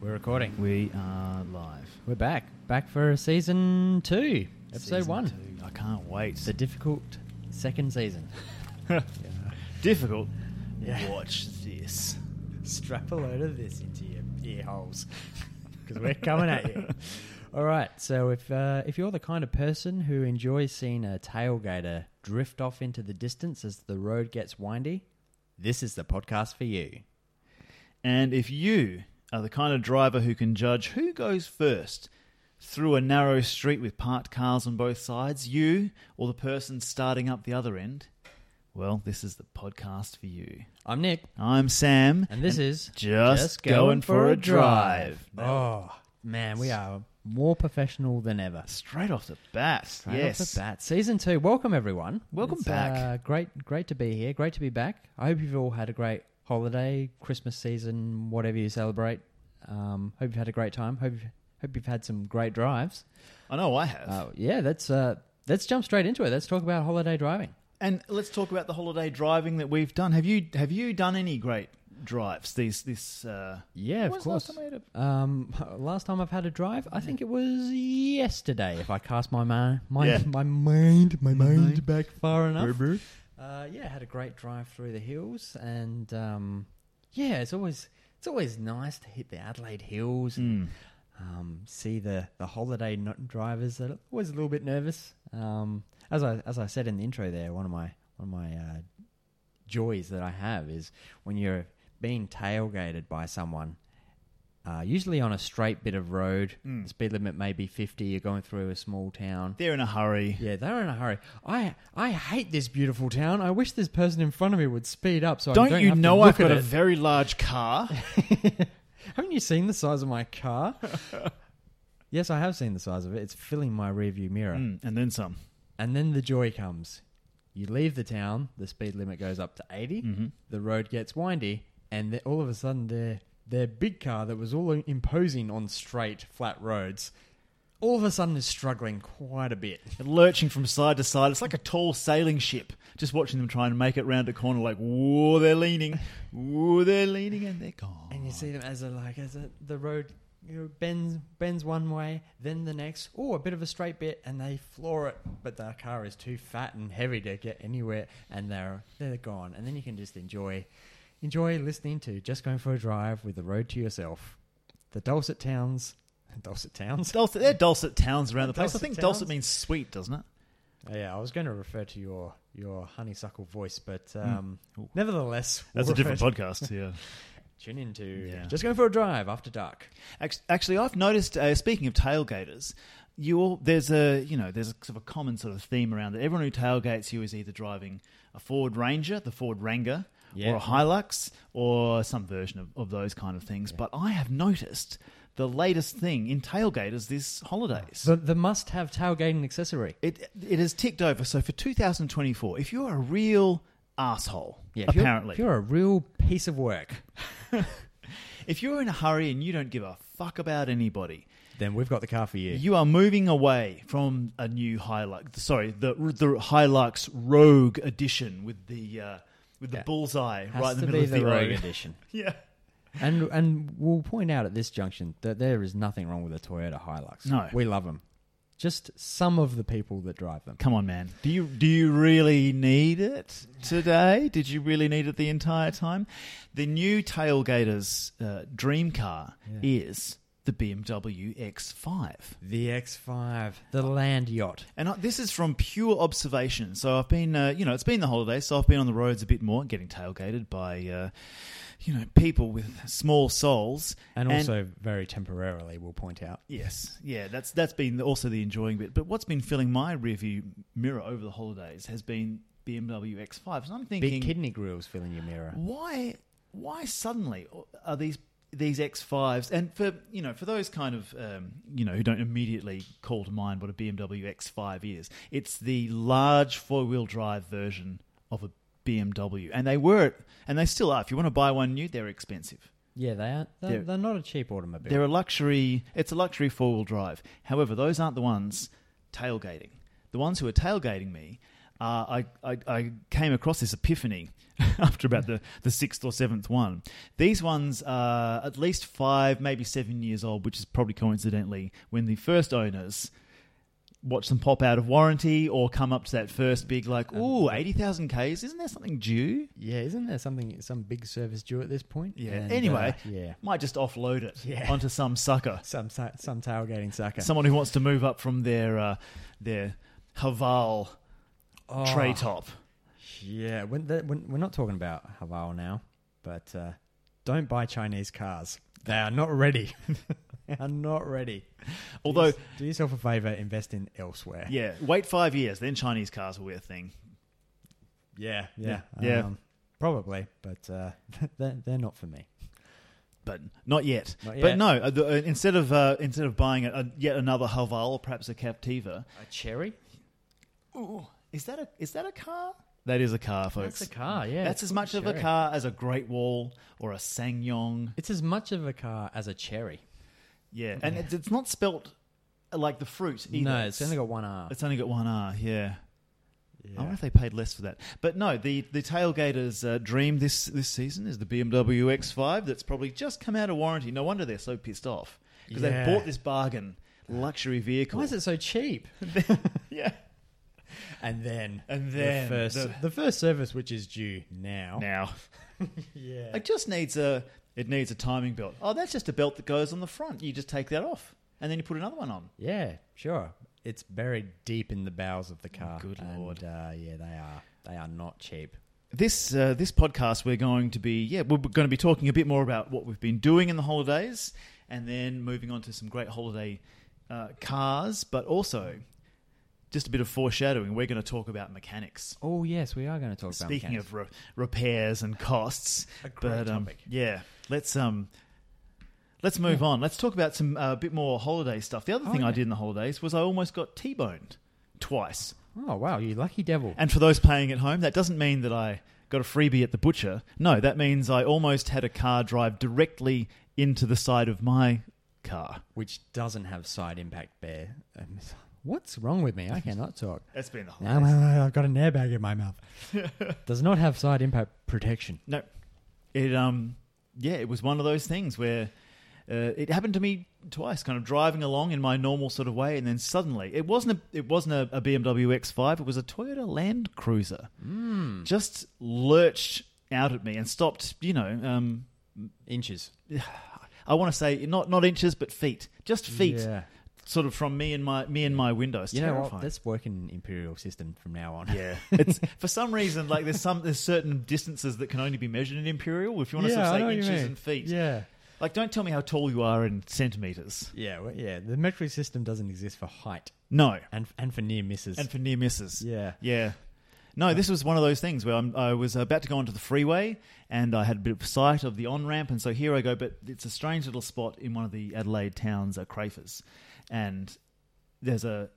We're recording. We are live. We're back. Back for season two, episode Season one. two. I can't wait. The difficult second season. difficult. Yeah. Watch this. Strap a load of this into your ear holes because we're coming at you. All right. So if uh, if you're the kind of person who enjoys seeing a tailgater drift off into the distance as the road gets windy, this is the podcast for you. And if you are the kind of driver who can judge who goes first through a narrow street with parked cars on both sides, you or the person starting up the other end, well, this is the podcast for you. I'm Nick, I'm Sam. and this is Just Going for a Drive. Oh man, we are more professional than ever. Straight off the bat. Straight yes. off the bat. Season two. Welcome everyone. Welcome It's, back. Uh, great, great to be here. Great to be back. I hope you've all had a great holiday, Christmas season, whatever you celebrate. Um, hope you've had a great time. Hope you've, hope you've had some great drives. I know I have. Uh, yeah, that's uh, let's jump straight into it. Let's talk about holiday driving. And let's talk about the holiday driving that we've done. Have you have you done any great drives? These this uh, Yeah, When of was the last course. time I had a- Um, last time I've had a drive, I think it was yesterday. If I cast my mind, my, Yeah. my mind, my, My mind, mind. back far enough. Uh, yeah, had a great drive through the hills, and um, yeah, it's always it's always nice to hit the Adelaide hills and Mm. um, see the the holiday not drivers that are always a little bit nervous. Um, as I as I said in the intro, there one of my one of my uh, joys that I have is when you're being tailgated by someone. Uh, usually on a straight bit of road, Mm. the speed limit may be fifty. You're going through a small town. They're in a hurry. Yeah, they're in a hurry. I I hate this beautiful town. I wish this person in front of me would speed up so I Don't, don't you have know to I've look got at a very large car? it. Haven't you seen the size of my car? yes, I have seen the size of it. It's filling my rearview mirror. Mm, and then some. And then the joy comes. You leave the town, the speed limit goes up to 80, Mm-hmm. the road gets windy, and the- all of a sudden their their big car that was all imposing on straight flat roads all of a sudden is struggling quite a bit. Lurching from side to side. It's like a tall sailing ship. Just watching them try and make it round a corner like, whoa, they're leaning. Whoa, they're leaning and they're gone. and you see them as a like as a, the road you know, bends bends one way, then the next, oh, a bit of a straight bit, and they floor it. But the car is too fat and heavy to get anywhere, and they're they're gone. And then you can just enjoy enjoy listening to just going for a drive with the road to yourself, the dulcet towns, dulcet towns. Dulcet, they're dulcet towns around the place. I Dulcet think towns. dulcet means sweet, doesn't it? Yeah, I was going to refer to your your honeysuckle voice, but um, Hmm. Ooh. nevertheless, That's a we'll different refer- podcast, yeah. Tune into Yeah. just going for a drive after dark. Act- Actually, I've noticed. Uh, speaking of tailgaters, you all there's a you know there's a, sort of a common sort of theme around it. Everyone who tailgates you is either driving a Ford Ranger, the Ford Ranger, Yeah. or a Hilux, or some version of, of those kind of things. But I have noticed the latest thing in tailgaters this holidays. The the must have tailgating accessory. it it has ticked over. So for 2024, if you're a real asshole, if you're- apparently, if you're a real piece of work, if you're in a hurry and you don't give a fuck about anybody, then we've got the car for you. You are moving away from a new Hilux. Sorry, the the Hilux Rogue Edition with the uh, with the Yeah. bullseye Has right in to the middle be of the, Rogue road. edition. yeah. And and we'll point out at this junction that there is nothing wrong with a Toyota Hilux. No. we love them. Just some of the people that drive them. Come on, man. Do you do you really need it today? Did you really need it the entire time? The new tailgater's uh, dream car is the BMW X5. The X5, the land yacht. And I, this is from pure observation. So I've been, uh, you know, it's been the holidays, so I've been on the roads a bit more, getting tailgated by, uh, you know, people with small souls. And also, very temporarily, we'll point out. yes, yeah, that's that's been also the enjoying bit. But what's been filling my rearview mirror over the holidays has been BMW X5s, and I'm thinking, Big kidney grills filling your mirror. why why suddenly are these these X5s and for you know for those kind of um, you know who don't immediately call to mind what a BMW X5 is it's the large four-wheel drive version of a BMW and they were and they still are if you want to buy one new they're expensive Yeah, they are. They're, They're- they're not a cheap automobile. they're a luxury it's a luxury four-wheel drive however those aren't the ones tailgating the ones who are tailgating me uh, I, I, I came across this epiphany after about the, the sixth or seventh one. These ones are at least five, maybe seven years old, which is probably coincidentally when the first owners watch them pop out of warranty or come up to that first big, like, ooh, 80,000 Ks, isn't there something due? Yeah, isn't there something some big service due at this point? Yeah. And, anyway, uh, yeah, might just offload it Yeah. onto some sucker. some sa- some tailgating sucker, Someone who wants to move up from their uh, their Haval oh, tray top. Yeah, when the, when, we're not talking about Haval now, but uh, don't buy Chinese cars. They are not ready. they are not ready. Although, do, yours- do yourself a favor, invest in elsewhere. yeah, wait five years, then Chinese cars will be a thing. yeah, yeah, Um, Yeah. probably, but uh, they're, they're not for me. but not yet. Not But yet. no, uh, the, uh, instead of uh, instead of buying a, a, yet another Haval or perhaps a A Captiva, cherry? ooh, is that a is that a car? That is a car, folks. That's a car. Yeah, That's as much of a Cherry. car as a Great Wall or a Sangyong. It's as much of a car as a cherry. Yeah, and it's, it's not spelt uh, like the fruit either. No, it's only got one R. It's only got one R. Yeah. I Yeah. wonder if they paid less for that. But no, the the tailgater's uh, dream this this season is the BMW X5 that's probably just come out of warranty. No wonder they're so pissed off because Yeah. they bought this bargain luxury vehicle. Why is it so cheap? Yeah. And then, And the then first, the- the, first service, which is due now. Now Yeah, it just needs a it needs a timing belt. Oh, that's just a belt that goes on the front. You just take that off and then you put another one on. yeah, sure. It's buried deep in the bowels of the car. Good and, lord. uh, yeah, they are. They are not cheap. This uh, this podcast we're going to be yeah we're going to be talking a bit more about what we've been doing in the holidays and then moving on to some great holiday uh, cars, but also just a bit of foreshadowing. We're going to talk about mechanics. Oh yes, we are going to talk about. Speaking of re- repairs and costs, A great but um, topic. yeah, let's um. Let's move on. Let's talk about some uh, bit more holiday stuff. The other Oh, thing I yeah. did in the holidays was I almost got T-boned twice. oh wow, you lucky devil! And for those paying at home, that doesn't mean that I got a freebie at the butcher. No, that means I almost had a car drive directly into the side of my car. Which doesn't have side impact bear. Um, what's wrong with me? I cannot talk. That's been the whole. No, no, no, I've got an airbag in my mouth. Does not have side impact protection. No, it um, yeah, it was one of those things where. Uh, it happened to me twice, kind of driving along in my normal sort of way, and then suddenly it wasn't a it wasn't a, a BMW X5. It was a Toyota Land Cruiser. Just lurched out at me and stopped. You know, um, Inches. I want to say not not inches, but feet, just feet. Yeah. sort of from me and my me and my window. It's You know what? terrifying. Let's work in imperial system from now on. yeah, it's for some reason like there's some there's certain distances that can only be measured in imperial. If you want to sort of say inches and feet, Yeah. like don't tell me how tall you are in centimeters. Yeah, well, yeah. The metric system doesn't exist for height No, and and for near misses. and for near misses. yeah. Yeah. No, this was one of those things where I'm, I was about to go onto the freeway and I had a bit of sight of the on ramp, and so here I go. But it's a strange little spot in one of the Adelaide towns, uh, Crafers, and there's a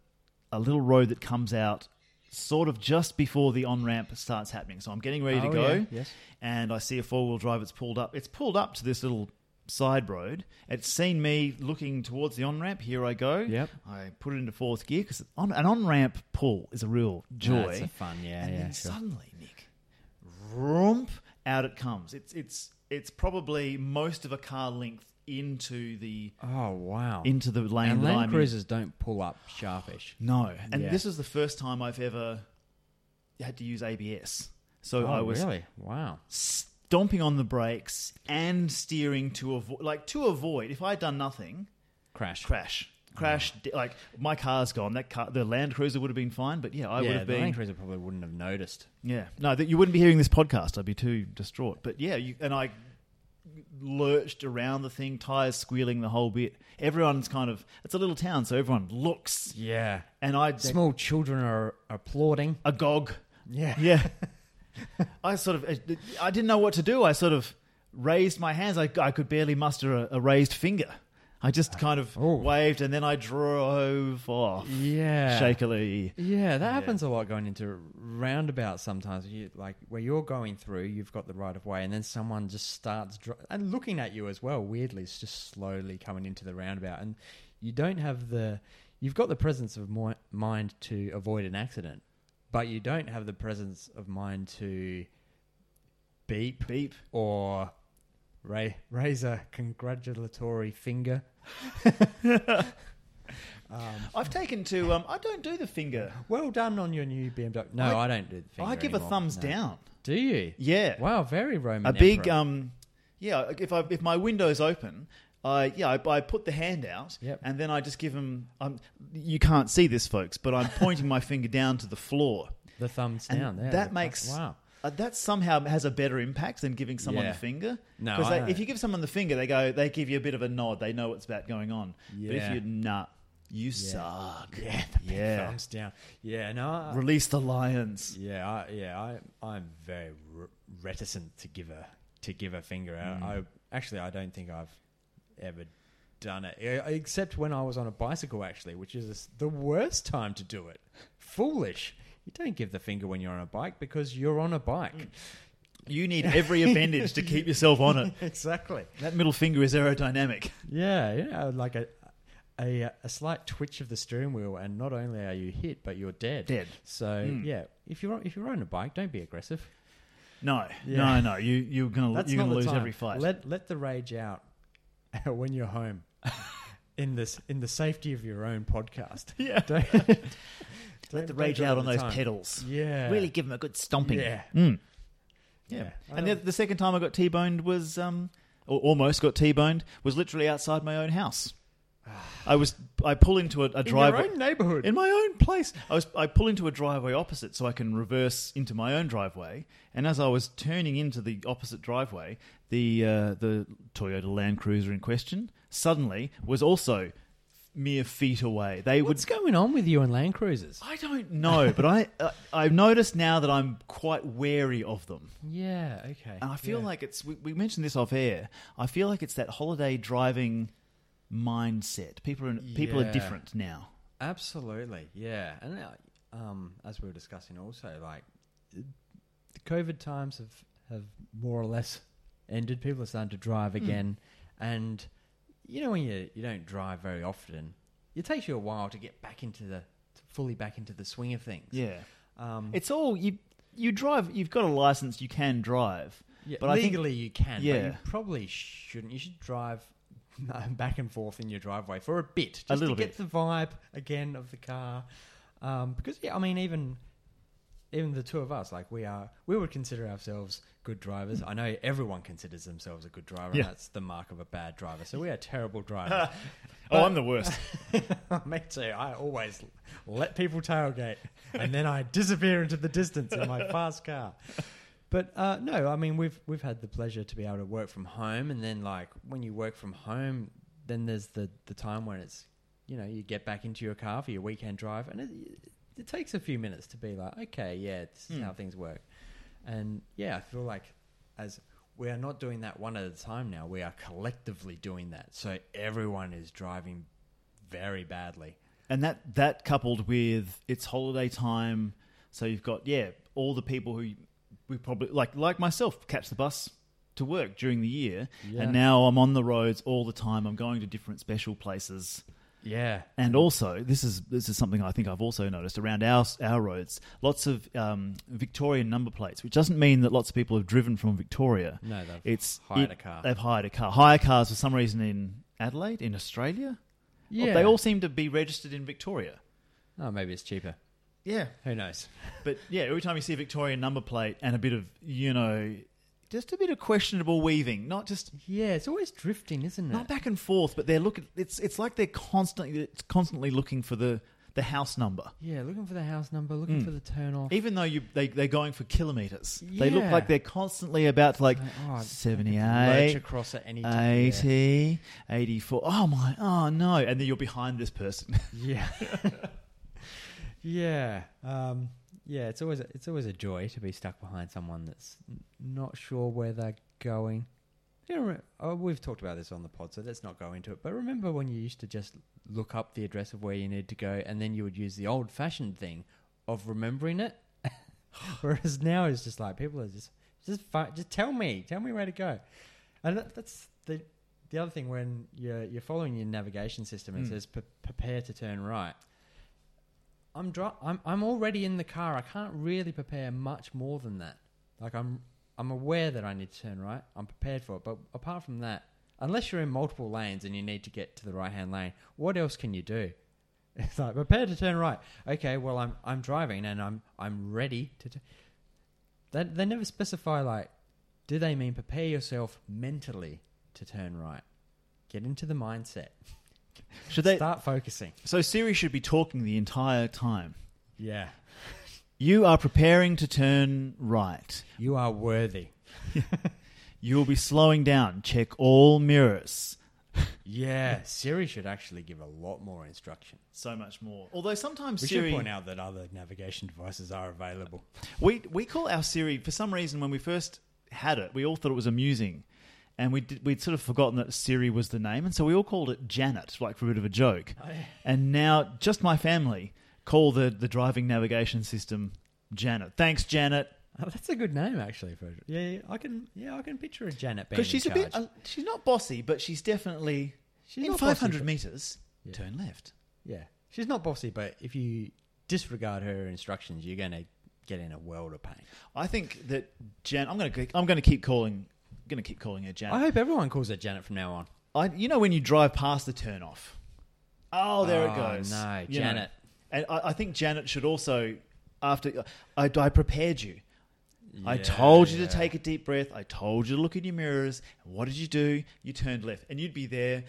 a little road that comes out sort of just before the on ramp starts happening. So I'm getting ready to Oh, go, yeah, yes. and I see a four wheel drive. It's pulled up. It's pulled up to this little side road. It's seen me looking towards the on ramp. Here I go. Yep. I put it into fourth gear because on, an on ramp pull is a real joy. That's a fun, yeah, and yeah. then sure. suddenly, Nick, roomp, out it comes. It's it's it's probably most of a car length into the Oh wow. into the lane and that I'm Land in. Cruisers don't pull up sharpish. No, and Yeah. this is the first time I've ever had to use ABS. So Oh, I was really? Wow. stomping on the brakes and steering to avoid, like to avoid. If I'd done nothing, Crash. crash. Crash, Mm. di- like my car's gone. That car, the Land Cruiser would have been fine, but yeah, I yeah, would have the been. Land Cruiser probably wouldn't have noticed. Yeah, no, that you wouldn't be hearing this podcast. I'd be too distraught. But yeah, you, and I lurched around the thing, tires squealing the whole bit. Everyone's kind of it's a little town, so everyone looks, Yeah. and I Small children are applauding. agog. Yeah. Yeah, I sort of I didn't know what to do. I sort of raised my hands. I I could barely muster a, a raised finger. I just kind of Oh. waved, and then I drove off Yeah. shakily. Yeah, that happens a lot going into roundabouts sometimes. You, like where you're going through, you've got the right of way, and then someone just starts dr- and looking at you as well. Weirdly, it's just slowly coming into the roundabout, and you don't have the you've got the presence of moi- mind to avoid an accident, but you don't have the presence of mind to beep Beep. or ra- raise a congratulatory finger. um, I've taken to. Um, I don't do the finger. well done on your new BMW. No, I, I- don't do the finger. I give a anymore. thumbs No. down. Do you? Yeah. Wow, very Roman. a big emperor. um yeah if i if my window's open I yeah I, I put the hand out Yep. and then I just give them I'm, you can't see this folks but I'm pointing my finger down to the floor the thumbs and down. there, that the- makes- wow. uh, that somehow has a better impact than giving someone Yeah. the finger No, I because don't. if you give someone the finger they go they give you a bit of a nod they know what's about going on but Yeah. if you nah you suck Yeah, the big Yeah. thumbs down. Yeah, no, I, release the lions Yeah, I, yeah, I, I'm very re- reticent to give a to give a finger out. I actually, I don't think I've ever done it, e- except when I was on a bicycle, actually, which is the worst time to do it. Foolish! You don't give the finger when you're on a bike because you're on a bike. you need every appendage to keep yourself on it exactly. that middle finger is aerodynamic Yeah, yeah, like a. A, a slight twitch of the steering wheel, and not only are you hit, but you're dead. Dead. Hmm. So yeah, if you're if you're on a bike, don't be aggressive. no Yeah. no no you you're gonna That's you're not gonna the lose time. every fight Let let the rage out when you're home in this in the safety of your own podcast. yeah Don't, Let the rage out on those pedals. Yeah, Really give them a good stomping. Yeah. Mm. Yeah. Um, Yeah. I And the, don't- the second time I got T boned was, um, or almost got T boned, was literally outside my own house. I was, I pull into Ah. a, a in your driveway. own neighborhood. In my own place, I was I pull into a driveway opposite so I can reverse into my own driveway. And as I was turning into the opposite driveway, the uh, the Toyota Land Cruiser in question suddenly was also mere feet away. They would What's going on with you and Land Cruisers? I don't know, but I uh, I've noticed now that I'm quite wary of them, Yeah, okay. and I feel Yeah. like it's we, we mentioned this off air. I feel like it's that holiday driving mindset. People are people Yeah. are different now. absolutely, yeah. And uh, um, as we were discussing, also like the COVID times have have more or less ended. People are starting to drive again, and you know when you you don't drive very often, it takes you a while to get back into the to fully back into the swing of things. Yeah, Um, it's all you you drive. You've got a license, you can drive. yeah, but I think- legally you can, but you Yeah. probably shouldn't. You should drive back and forth in your driveway for a bit, just A little to get the vibe again of the car. Um, because yeah, I mean even even the two of us, like we are, we would consider ourselves good drivers. I know everyone considers themselves a good driver, Yeah. and that's the mark of a bad driver. So we are terrible drivers. oh, I'm the worst. Me too. I always let people tailgate, and then I disappear into the distance in my fast car. But uh, no, I mean we've we've had the pleasure to be able to work from home, and then like when you work from home, then there's the the time when it's you know you get back into your car for your weekend drive, and it, it takes a few minutes to be like, okay, yeah, this is Hmm. how things work, and yeah, I feel like as we are not doing that one at a time now. We are collectively doing that. So everyone is driving very badly. and that that coupled with it's holiday time, so you've got yeah all the people who we probably like like myself catch the bus to work during the year, Yeah. and now I'm on the roads all the time. I'm going to different special places, Yeah. and also this is this is something I think I've also noticed around our our roads. Lots of um, Victorian number plates, which doesn't mean that lots of people have driven from Victoria. No, they've It's hired it- a car. They've hired a car. Hire cars for some reason in Adelaide, in Australia. Yeah. They all seem to be registered in Victoria. Oh, maybe it's cheaper. Yeah. Who knows? But yeah, every time you see a Victorian number plate and a bit of, you know, just a bit of questionable weaving, not just Yeah, it's always drifting, isn't it? not back and forth, but they're looking it's it's like they're constantly it's constantly looking for the the house number. yeah, looking for the house number, looking Mm. for the turn off. Even though you they they're going for kilometers. They look Yeah. like they're constantly about to like Oh, I- 78 Lurch across at any time. 80 84 oh my oh no and then you're behind this person Yeah. Yeah. yeah. Um, yeah, it's always a, it's always a joy to be stuck behind someone that's n- not sure where they're going. You know, re- oh, we've talked about this on the pod, so let's not go into it. But remember when you used to just look up the address of where you need to go, and then you would use the old-fashioned thing of remembering it. Whereas now it's just like people are just just fi- just tell me, tell me where to go. And that, that's the the other thing when you're you're following your navigation system, it Mm. says pre- prepare to turn right. I'm dri- I'm I'm already in the car. I can't really prepare much more than that. Like I'm I'm aware that I need to turn right. I'm prepared for it. But apart from that, unless you're in multiple lanes and you need to get to the right hand lane, what else can you do? It's like prepare to turn right. Okay, well I'm I'm driving and I'm I'm ready to. T- they they never specify like, do they mean prepare yourself mentally to turn right? Get into the mindset. Should they? Start focusing. So Siri should be talking the entire time. Yeah, You are preparing to turn right. you are worthy. You will be slowing down. Check all mirrors. Yeah, Siri should actually give a lot more instruction. So much more. Although sometimes We Siri, should point out that other navigation devices are available. we we call our Siri for some reason when we first had it, we all thought it was amusing, and we did, we'd sort of forgotten that Siri was the name, and so we all called it Janet, like for a bit of a joke. Oh, And now just my family call the the driving navigation system Janet. Thanks, Janet. Oh, that's a good name, actually. For yeah, yeah, I can yeah, I can picture a Janet being Because she's in a bit, charge. uh, she's not bossy, but she's definitely She's in not bossy, 500 but- meters. Yeah. Turn left. yeah, she's not bossy, but if you disregard her instructions, you're going to get in a world of pain. I think that Jan. I'm going to. I'm going to keep calling. Going to keep calling her Jan. I hope everyone calls her Janet from now on. I, you know when you drive past the turn off. Oh, there Oh, it goes. no, You know. Janet. And I, I think Janet should also, after I, I prepared you. I told you to take a deep breath. I told you to look in your mirrors. And what did you do? You turned left, and you'd be there,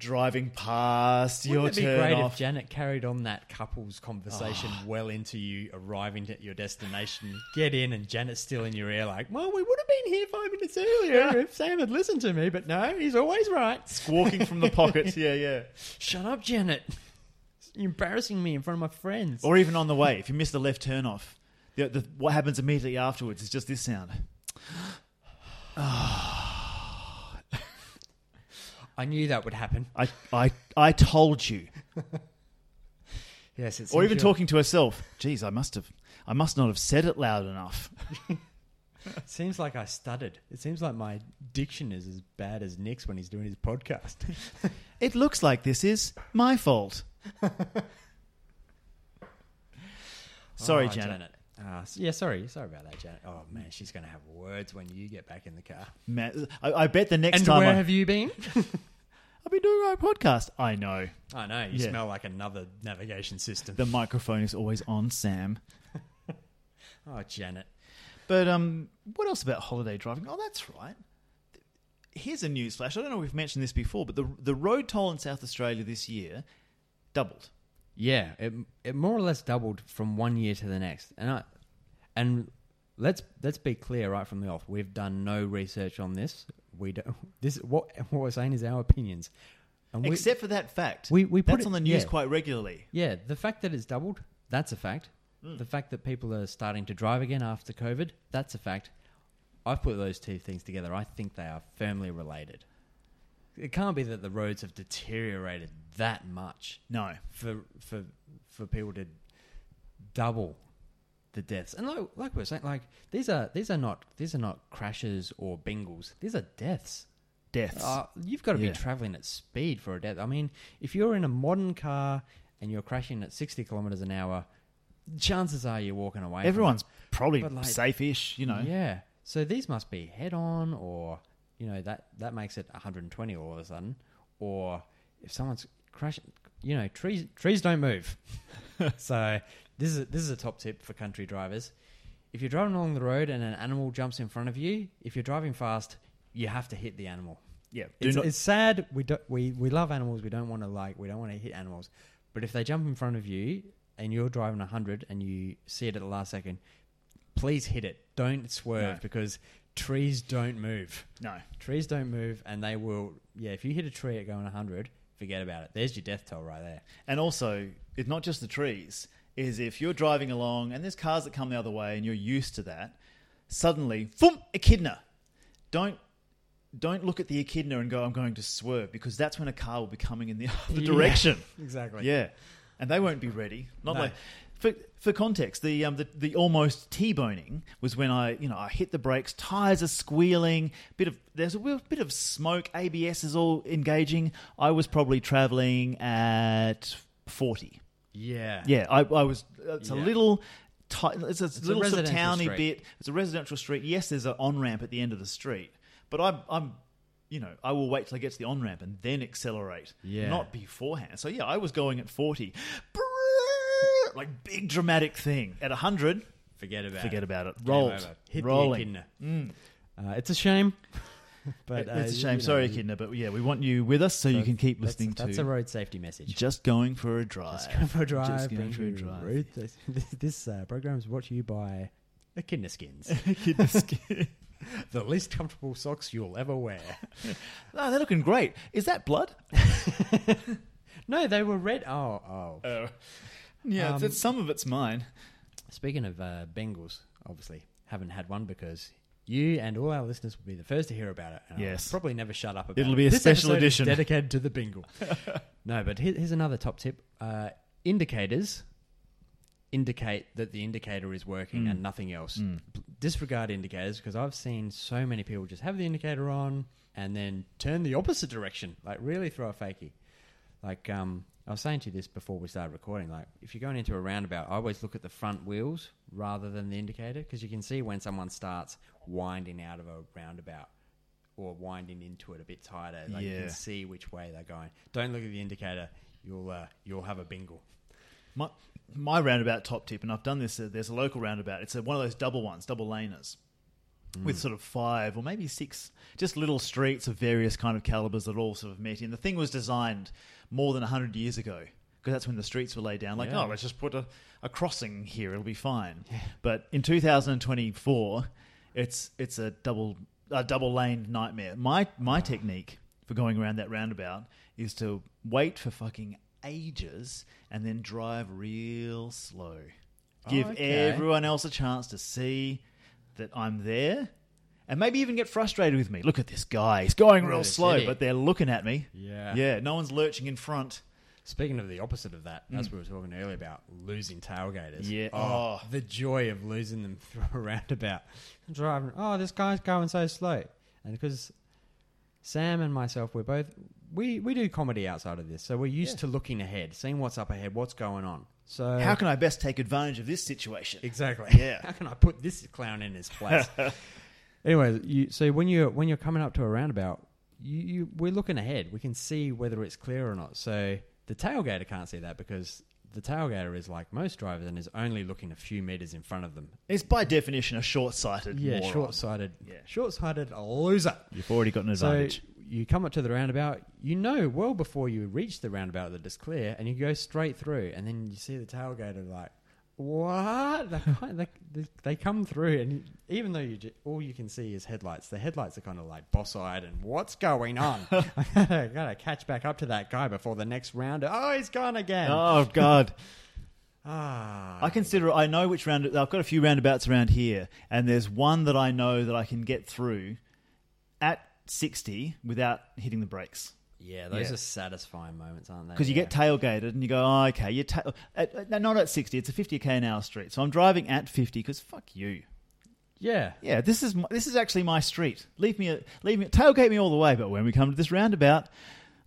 driving past Wouldn't it your be turn great if off. Ah. Janet carried on that couple's conversation well into you arriving at your destination? You Get in, and Janet's still in your ear, like, "Well, we would have been here five minutes earlier if Sam had listened to me." But no, he's always right. Squawking from the pockets. Yeah, yeah. Shut up, Janet! You're embarrassing me in front of my friends. Or even on the way, if you miss the left turn off, the, the, what happens immediately afterwards is just this sound. I knew that would happen. I, I, I told you. Yes, it's or even talking to herself. Geez, I must have, I must not have said it loud enough. It seems like I stuttered. It seems like my diction is as bad as Nick's when he's doing his podcast. It looks like this is my fault. Sorry, Oh, Janet. Ah, s- yeah, sorry, sorry about that, Janet. Oh man, she's gonna have words when you get back in the car. Ma- I, I bet the next and time where I, have you been? I've been doing my podcast. I know I know you Yeah. smell like another navigation system. the microphone is always on, Sam. oh, Janet. But um, what else about holiday driving? Oh, that's right. Here's a news flash. I don't know if we've mentioned this before, but the the road toll in South Australia this year doubled. Yeah, it it more or less doubled from one year to the next, and I, and let's let's be clear right from the off. We've done no research on this. We don't. This what what we're saying is our opinions, and we, Except for that fact, we- we put that's it- on the news yeah. quite regularly. yeah, the fact that it's doubled, that's a fact. The fact that people are starting to drive again after COVID, that's a fact. I've put those two things together. I think they are firmly related. It can't be that the roads have deteriorated that much No, for for for people to double the deaths. And like, like we were saying, like these are these are not these are not crashes or bingles. These are deaths. deaths. Uh, you've got to Yeah. be traveling at speed for a death. I mean, if you're in a modern car and you're crashing at sixty kilometers an hour, chances are you're walking away. from Everyone's probably But, like- safe-ish, you know. yeah. So these must be head on, or you know that that makes it 120 all of a sudden. Or if someone's crashing, you know, trees trees don't move. so this is this is a top tip for country drivers. If you're driving along the road and an animal jumps in front of you, if you're driving fast, you have to hit the animal. Yeah, do It's, not- it's sad. We do, we we love animals. We don't want to like. We don't want to hit animals. But if they jump in front of you and you're driving hundred and you see it at the last second, please hit it. Don't swerve No. because trees don't move. no. Trees don't move, and they will. Yeah, if you hit a tree at going hundred, forget about it. There's your death toll right there. And also, it's not just the trees. Is if you're driving along and there's cars that come the other way and you're used to that, suddenly, boom, echidna. Don't don't look at the echidna and go, "I'm going to swerve," because that's when a car will be coming in the other Yeah. direction. Exactly. Yeah, and they won't be ready. Not No. like for for context, the um the, the almost t-boning was when I you know I hit the brakes, tires are squealing, bit of there's a little bit of smoke, ABS is all engaging. I was probably traveling at forty. Yeah. Yeah, I, I was. uh, It's a Yeah. little. Ti- it's a little sort of residential towny street. bit. It's a residential street. Yes, there's an on ramp at the end of the street, but I'm, I'm, you know, I will wait till I get to the on ramp and then accelerate. Yeah. not beforehand. So yeah, I was going at forty, like big dramatic thing. At hundred, Forget about forget it. about it. Game Rolled, over. Hit rolling. the echidna. Uh, it's a shame. but It- it's a uh, shame. you know, Sorry, Echidna, but yeah, we want you with us so you that's- can keep that's- listening That's to a road safety message. just going for a drive. Just go for a drive. Just going bring for a you drive. road- this this, uh, program is brought to you by Echidna Skins, Echidna skin. the least comfortable socks you'll ever wear. oh, they're looking great. Is that blood? No, they were red. Oh, oh. Oh. Yeah, Um, it's, some of it's mine. Speaking of uh, Bengals, obviously haven't had one because you and all our listeners will be the first to hear about it. and I'll Yes. probably never shut up about it. It'll be a This special episode is edition. dedicated to the Bengal. no, but here, here's another top tip: uh, indicators indicate that the indicator is working Mm. and nothing else. Disregard indicators because I've seen so many people just have the indicator on and then turn the opposite direction, like really throw a fakie. Like um, I was saying to you this before we started recording, like if you're going into a roundabout, I always look at the front wheels rather than the indicator because you can see when someone starts winding out of a roundabout or winding into it a bit tighter. Like you Yeah. can see which way they're going. Don't look at the indicator. You'll uh, you'll have a bingle. My, my roundabout top tip, and I've done this. Uh, there's a local roundabout. It's a, one of those double ones, double laners, with sort of five or maybe six, just little streets of various kind of calibers that all sort of met in. The thing was designed more than hundred years ago because that's when the streets were laid down. Like, Yeah. oh, let's just put a, a crossing here; it'll be fine. But in 2024, it's it's a double a double lane nightmare. My my technique for going around that roundabout is to wait for fucking ages and then drive real slow. Give Oh, Okay. everyone else a chance to see that I'm there. And maybe even get frustrated with me. Look at this guy. He's going real Really slow, silly. but they're looking at me. Yeah. Yeah, no one's lurching in front. Speaking of the opposite of that, as we were talking earlier about losing tailgaters. Mm. Yeah. Oh, Oh. the joy of losing them through a roundabout. Driving. Oh, this guy's going so slow. And because Sam and myself, we're both we we do comedy outside of this, so we're used to looking ahead, seeing what's up ahead, what's going on. So How can I best take advantage of this situation? Exactly. Yeah. How can I put this clown in his place? anyway, you, so when you when you're coming up to a roundabout, you, you we're looking ahead. We can see whether it's clear or not. So the tailgater can't see that because the tailgater is like most drivers and is only looking a few meters in front of them. It's by definition a short-sighted. Yeah, moron. short-sighted. Yeah. Short-sighted loser. You've already got an So advantage. you come up to the roundabout, you know well before you reach the roundabout that it's clear, and you go straight through, and then you see the tailgater like, what? They, kind of- they, they come through, and even though you ju- all you can see is headlights, the headlights are kind of like boss-eyed, and what's going on? I gotta, gotta catch back up to that guy before the next round. Oh, he's gone again. oh God! Ah, I consider. I know which round. I've got a few roundabouts around here, and there's one that I know that I can get through at sixty without hitting the brakes. yeah, those Yeah. are satisfying moments, aren't they? Because you Yeah. get tailgated and you go, oh, okay, you're ta- at, at- no, not at 60, it's a 50k an hour street. So I'm driving at 50 because fuck you. yeah. Yeah, this is my, this is actually my street. Leave me, a, leave me, tailgate me all the way. But when we come to this roundabout,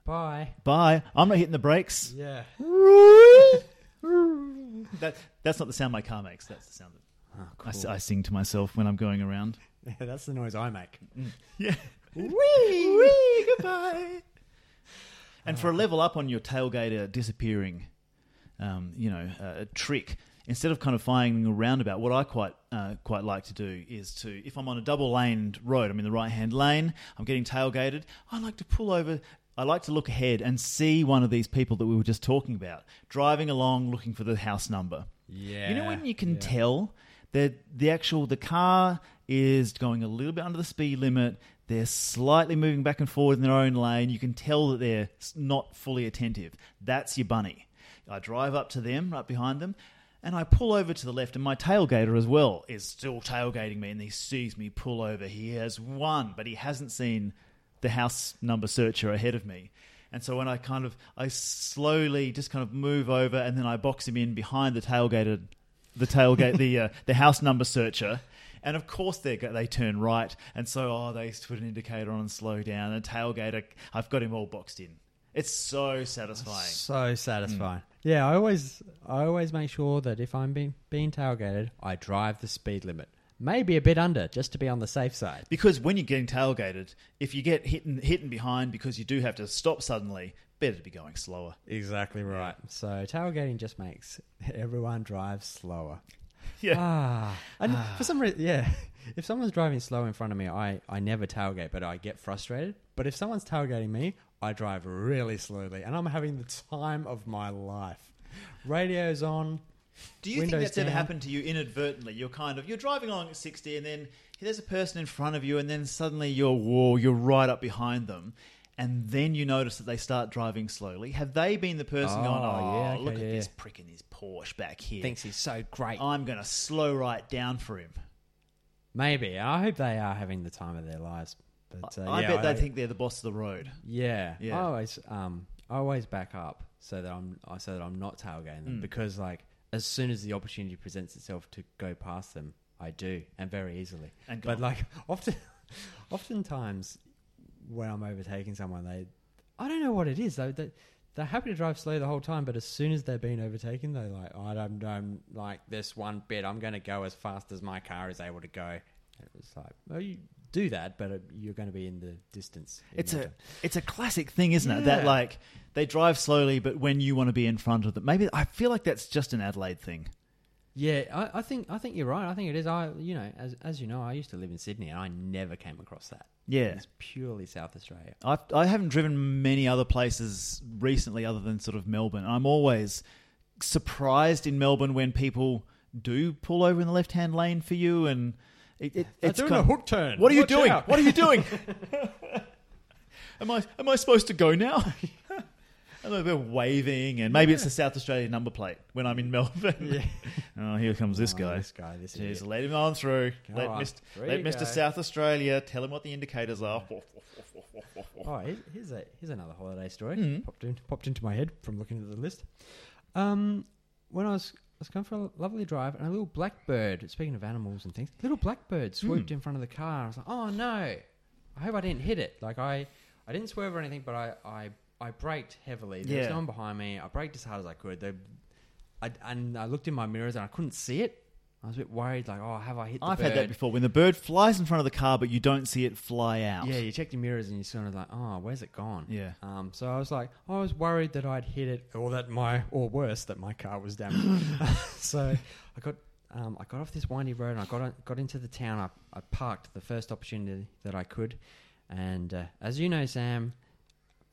Bye. bye. I'm not hitting the brakes. Yeah. That, that's not the sound my car makes. That's the sound that Oh, I s cool. I I, sing to myself when I'm going around. That's the noise I make. Yeah. Wee! Wee, goodbye. And for a level up on your tailgater disappearing, um, you know, uh, trick, instead of kind of firing a roundabout, what I quite uh, quite like to do is to, if I'm on a double laned road, I'm in the right hand lane, I'm getting tailgated, I like to pull over. I like to look ahead and see one of these people that we were just talking about driving along looking for the house number. Yeah. You know when you can tell that the actual the car is going a little bit under the speed limit. They're slightly moving back and forward in their own lane. You can tell that they're s- not fully attentive. That's your bunny. I drive up to them, right behind them, and I pull over to the left, and my tailgater as well is still tailgating me, and he sees me pull over. He has one, but he hasn't seen the house number searcher ahead of me. And so when I kind of, I slowly just kind of move over, and then I box him in behind the tailgated, the tailgate, the uh, the house number searcher. And of course they go- they turn right, and so oh they put an indicator on and slow down. And tailgater, I've got him all boxed in. It's so satisfying. So satisfying. Yeah, I always I always make sure that if I'm being being tailgated, I drive the speed limit. Maybe a bit under, just to be on the safe side. Because when you're getting tailgated, if you get hit and, hit and behind because you do have to stop suddenly, better to be going slower. Exactly right. So tailgating just makes everyone drive slower. Yeah. Ah, and for some reason, yeah, if someone's driving slow in front of me, I I never tailgate, but I get frustrated. But if someone's tailgating me, I drive really slowly, and I'm having the time of my life. Radio's on. Do you Windows think that's ever down. happened to you inadvertently? You're kind of you're driving along at 60, and then there's a person in front of you, and then suddenly you're whoa, you're right up behind them, and then you notice that they start driving slowly. Have they been the person Oh, going, oh, yeah, okay, look at yeah, this yeah." prick in his Porsche back here? Thinks he's so great. I'm going to slow right down for him. Maybe. I hope they are having the time of their lives. But uh, I yeah, bet they think they're the boss of the road. Yeah. Yeah. I always um I always back up so that I'm I- so that I'm not tailgating Mm. them because like as soon as the opportunity presents itself to go past them, I do and very easily. And go but on. like often, oftentimes when I'm overtaking someone, they I don't know what it is though. They, they're happy to drive slow the whole time, but as soon as they're being overtaken, they're like, I don't, don't like this one bit. I'm going to go as fast as my car is able to go. And it was like, well, you do that, but it, you're going to be in the distance. in It's no a time. it's a classic thing, isn't it? Yeah. That like they drive slowly, but when you want to be in front of them, maybe I feel like that's just an Adelaide thing. Yeah, I, I think I think you're right. I think it is. I you know, as as you know, I used to live in Sydney, and I never came across that. Yeah. it's purely South Australia. I've, I haven't driven many other places recently other than sort of Melbourne. I'm always surprised in Melbourne when people do pull over in the left hand lane for you and it, it, They're it's doing kind a of- hook turn. What are you Watch doing? out. What are you doing? am I am I supposed to go now? And they're waving, and maybe it's the South Australian number plate when I'm in Melbourne. Yeah. oh, here comes this Oh, guy. this guy, this Jeez, idiot. let him on through. Go let on. Mr. Through let you Mr. go. South Australia tell him what the indicators are. Oh, here- here's a here's another holiday story Mm. popped in, popped into my head from looking at the list. Um, when I was I was going for a lovely drive, and a little blackbird. Speaking of animals and things, little blackbird Mm. swooped in front of the car. I was like, oh no! I hope I didn't hit it. Like I I didn't swerve or anything, but I I, I braked heavily. There was Yeah. no one behind me. I braked as hard as I could. They, I, and I looked in my mirrors and I couldn't see it. I was a bit worried, like, oh, have I hit the I've bird? had that before. When the bird flies in front of the car, but you don't see it fly out. Yeah, you check your mirrors and you're sort of like, oh, where's it gone? Yeah. Um, so I was like, I was worried that I'd hit it, or that my, or worse, that my car was damaged. so I got, um, I got off this windy road and I got on, got into the town. I, I parked the first opportunity that I could, and uh, as you know, Sam,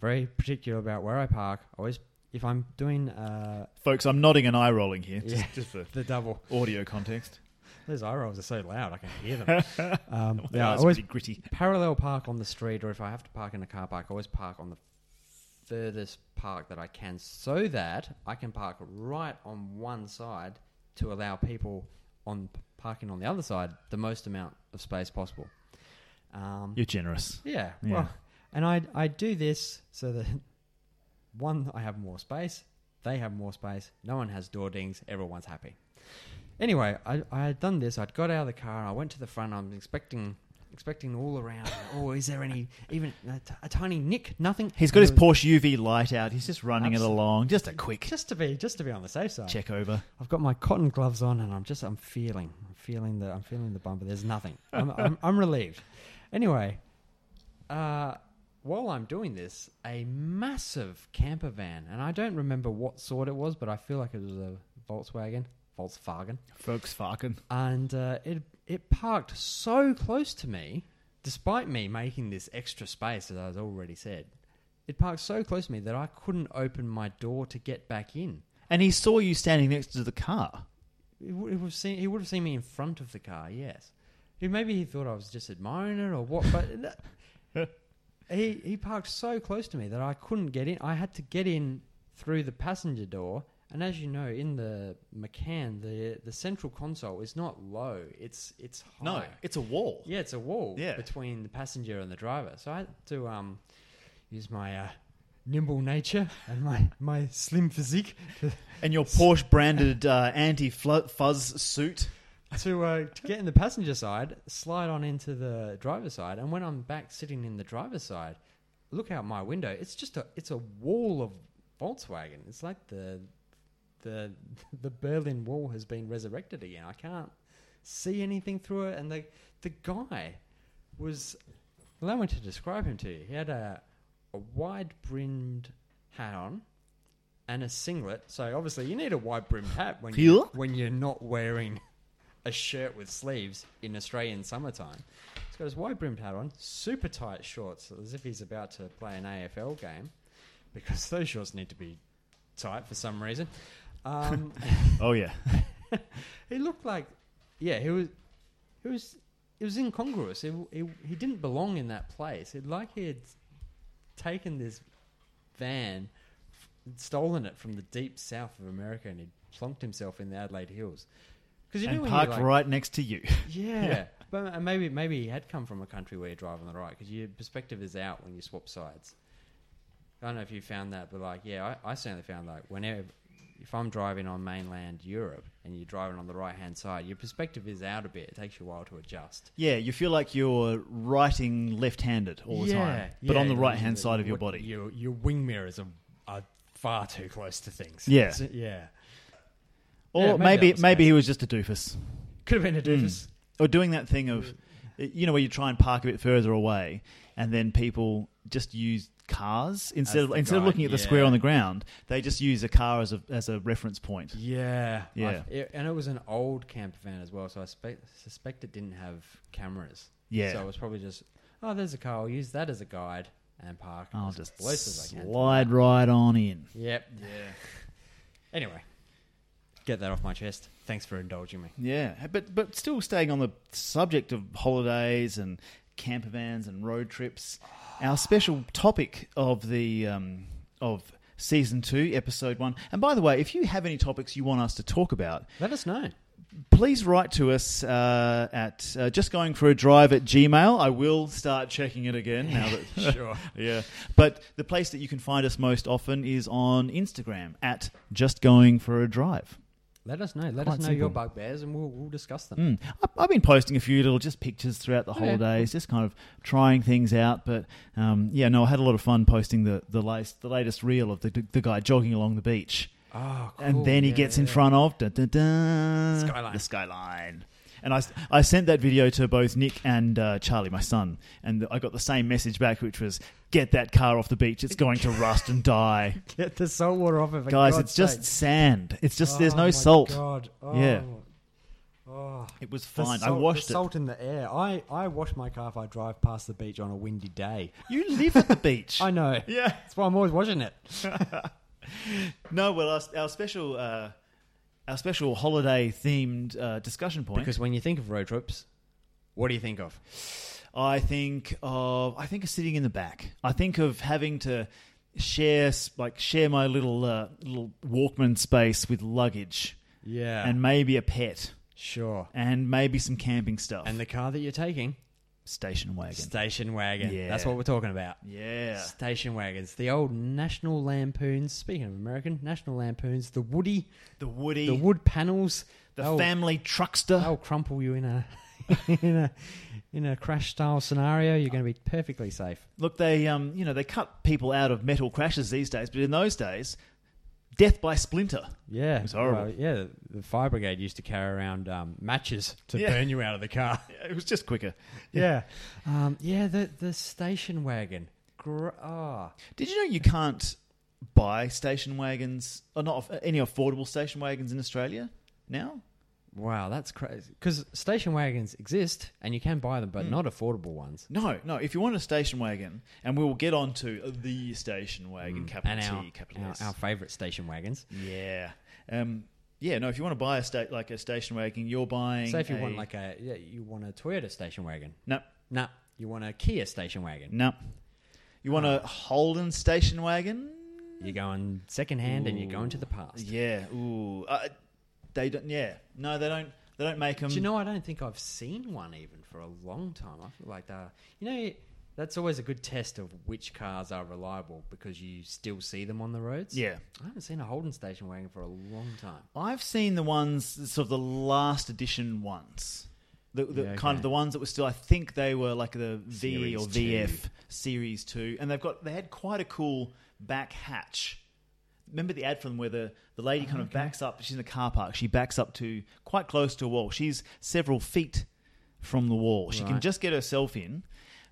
very particular about where I park. I Always, if I'm doing uh, Folks, I'm nodding and eye rolling here, just, Yeah. just for the double, audio context. those eye rolls are so loud I can hear them. Um, yeah, I That's always pretty gritty. parallel park on the street, or if I have to park in a car park, I always park on the furthest park that I can, so that I can park right on one side to allow people on parking on the other side the most amount of space possible. Um, You're generous. yeah, Yeah. well, and I I do this so that one I have more space, they have more space, no one has door dings, everyone's happy. Anyway, I I had done this. I'd got out of the car. I went to the front. I'm expecting expecting all around. oh, is there any even a, t- a tiny nick? Nothing. He's got his There was- Porsche UV light out. He's just running it Absolutely. along. Just a quick Just to be just to be on the safe side. check over. I've got my cotton gloves on, and I'm just I'm feeling, I'm feeling the I'm feeling the bumper. There's nothing. I'm I'm, I'm relieved. Anyway, uh, while I'm doing this, a massive camper van, and I don't remember what sort it was, but I feel like it was a Volkswagen, Volkswagen, Volkswagen. and uh, it it parked so close to me, despite me making this extra space, as I've already said. It parked so close to me that I couldn't open my door to get back in. And he saw you standing next to the car. He would he would have seen. He would have seen me in front of the car. Yes. He- Maybe he thought I was just admiring it or what. But that- he he parked so close to me that I couldn't get in. I had to get in through the passenger door. And as you know, in the McCann, the the central console is not low. It's it's high. No, it's a wall. Yeah, it's a wall Yeah. between the passenger and the driver. So I had to um, use my uh, nimble nature and my, my slim physique to, And your Porsche branded uh, anti fuzz suit. to uh, to get in the passenger side, slide on into the driver's side, and when I'm back sitting in the driver's side, look out my window. It's just a it's a wall of Volkswagen. It's like the the the Berlin Wall has been resurrected again. I can't see anything through it, and the the guy was allow me to describe him to you. He had a a wide brimmed hat on and a singlet. So obviously you need a wide brimmed hat when you, Phew. when you're not wearing a shirt with sleeves in Australian summertime. He's got his wide brimmed hat on, super tight shorts, as if he's about to play an AFL game, because those shorts need to be tight for some reason. Um, Oh yeah, he looked like, yeah, he was, he was, it was incongruous. He, he, he didn't belong in that place. It like he had taken this van, f- stolen it from the deep south of America, and he plonked himself in the Adelaide Hills. Because you know and when parked you like, right next to you. yeah. But and maybe maybe he had come from a country where you drive on the right because your perspective is out when you swap sides. I don't know if you found that, but like, yeah, I, I certainly found like whenever if I'm driving on mainland Europe and you're driving on the right hand side, your perspective is out a bit. It takes you a while to adjust. Yeah, you feel like you're writing left-handed all the time, but yeah, on the you- right-hand you- side of your what- body. Your your wing mirrors are, are far too close to things. Yeah. So, yeah. or Yeah, maybe that maybe was maybe, it. he was just a doofus, Could have been a Mm. doofus. or doing that thing of, you know, where you try and park a bit further away, and then people just use cars instead As of the instead of guide, looking at the yeah. square on the ground, they just use a car as a as a reference point. Yeah, Yeah. I've- it- and it was an old camper van as well, so I spe- suspect it didn't have cameras. Yeah. so it was probably just oh, there's a car. I'll use that as a guide and park. I'll as just close as I can. slide right on in. Yep. Yeah. Anyway, get that off my chest. Thanks for indulging me. Yeah, but but still staying on the subject of holidays and camper vans and road trips, our special topic of the um, of season two, episode one. And by the way, if you have any topics you want us to talk about, Let us know. please write to us uh, at uh, just going for a drive at Gmail. I will start checking it again now that Sure. yeah. But the place that you can find us most often is on Instagram at just going for a drive. Let us know. Let Quite us know your simple. bugbears, and we'll we'll discuss them. Mm. I- I've been posting a few little just pictures throughout the Okay. holidays, just kind of trying things out. But um, yeah, no, I had a lot of fun posting the the latest, the latest reel of the the guy jogging along the beach, Oh, cool. and then he Yeah, gets in yeah. front of da, da, da, Skyline. the skyline. And I, s- I sent that video to both Nick and uh, Charlie, my son, and I got the same message back, which was get that car off the beach. It's going to rust and die, Get the salt water off it, for guys. God's it's just sake. sand. It's just there's Oh, no my salt. God. Oh. Yeah. Oh. It was The fine. I salt- washed the it. salt in the air. I, I wash my car if I drive past the beach on a windy day. You live at the beach. I know. yeah. That's why I'm always washing it. No, well, our, our special uh, our special holiday themed uh, discussion point. Because when you think of road trips, what do you think of? I think of I think of sitting in the back. I think of having to share s- like share my little uh, little Walkman space with luggage Yeah. and maybe a pet sure. and maybe some camping stuff And the car that you're taking, station wagon. station wagon. Yeah. That's what we're talking about. yeah. Station wagons, the old National Lampoons. Speaking of American, National Lampoons, the Woody, The Woody, Oh. the the, wood panels, they'll- family truckster. They'll crumple you in a in a in a crash style scenario. You're going to be perfectly safe. Look, they um, you know, they cut people out of metal crashes these days, but in those days, death by splinter. Yeah, it was horrible. yeah, the fire brigade used to carry around um, matches to Yeah. burn you out of the car. Yeah, it was just quicker. yeah, um, yeah, the the station wagon. Gr- ah. Did you know you can't buy station wagons or not aff- any affordable station wagons in Australia now? wow, that's crazy. Because station wagons exist, and you can buy them, Hmm. but not affordable ones. No, no. If you want a station wagon, and we will get on to the station wagon, capital Mm. and our, T, capital our, S. our favorite station wagons. Yeah, um, yeah. No, if you want to buy a state like a station wagon, you're buying. So if you a- want like a yeah, you want a Toyota station wagon. no, Nah, you want a Kia station wagon. no, you want Ah. a Holden station wagon. Hmm. You're going secondhand, and you're going to the past. Yeah. Ooh. Uh, they don't. Yeah. No, they don't. They don't make them. Do you know? I don't think I've seen one even for a long time. I feel like that. You know, that's always a good test of which cars are reliable because you still see them on the roads. Yeah. I haven't seen a Holden station wagon for a long time. I've seen the ones sort of the last edition ones, the, the Yeah, kind okay. of the ones that were still. I think they were like the V Series or two. VF series two, and they've got they had quite a cool back hatch remember the ad from where the, the lady kind of okay. backs up. She's in a car park. She backs up to quite close to a wall. She's several feet from the wall. She can Right. just get herself in,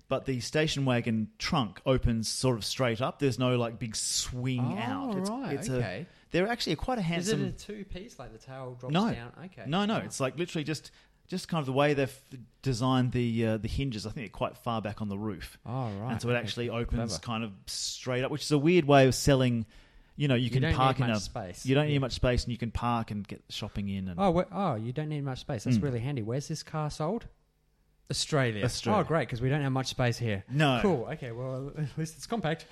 but the station wagon trunk opens sort of straight up. There's no like big swing Oh, out. It's, right, it's okay. A, they're actually quite a Is it handsome. a two piece like the towel drops No. down? Okay. No, no, Wow. it's like literally just just kind of the way they've designed the uh, the hinges. I think they're quite far back on the roof, Oh right. and so it okay, actually clever. opens kind of straight up, which is a weird way of selling. You know, you, can don't need park in much a space. you don't Yeah. need much space, and you can park and get shopping in. And Oh, wh- oh, you don't need much space. That's Mm. really handy. Where's this car sold? Australia. Australia. Oh, great, because we don't have much space here. no, Cool. Okay. Well, at least it's compact.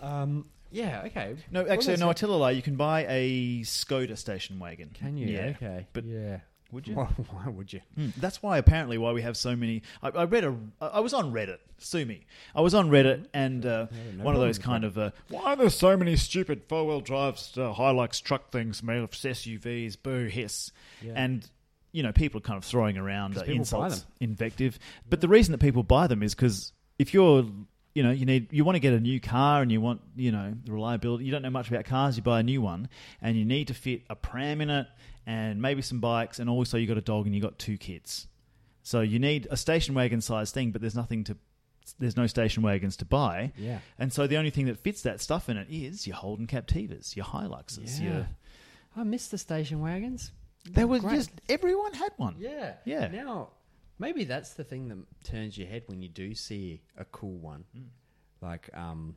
Um. Yeah. Okay. no, Well, actually, that's no. I it. tell a lie. You can buy a Skoda station wagon. Can you? Yeah. okay. but- yeah. Would you? Why, why would you? Mm, that's why apparently why we have so many. I, I read a. I I was on Reddit. Sue me. I was on Reddit and uh, Yeah, no one of those problem kind of uh, why are there so many stupid four wheel drive uh, Hilux truck things made of SUVs? Boo hiss. Yeah. And you know people are kind of throwing around uh, 'Cause people buy insults, invective. But the reason that people buy them is because if you're you know you need you want to get a new car and you want you know the reliability you don't know much about cars you buy a new one and you need to fit a pram in it and maybe some bikes and also you got a dog and you got two kids so you need a station wagon sized thing but there's nothing to there's no station wagons to buy Yeah. and so the only thing that fits that stuff in it is your Holden Captivas your Hiluxes Yeah. your, I miss the station wagons. there was Great. just everyone had one Yeah. Yeah. Now, maybe that's the thing that turns your head when you do see a cool one. Like, um,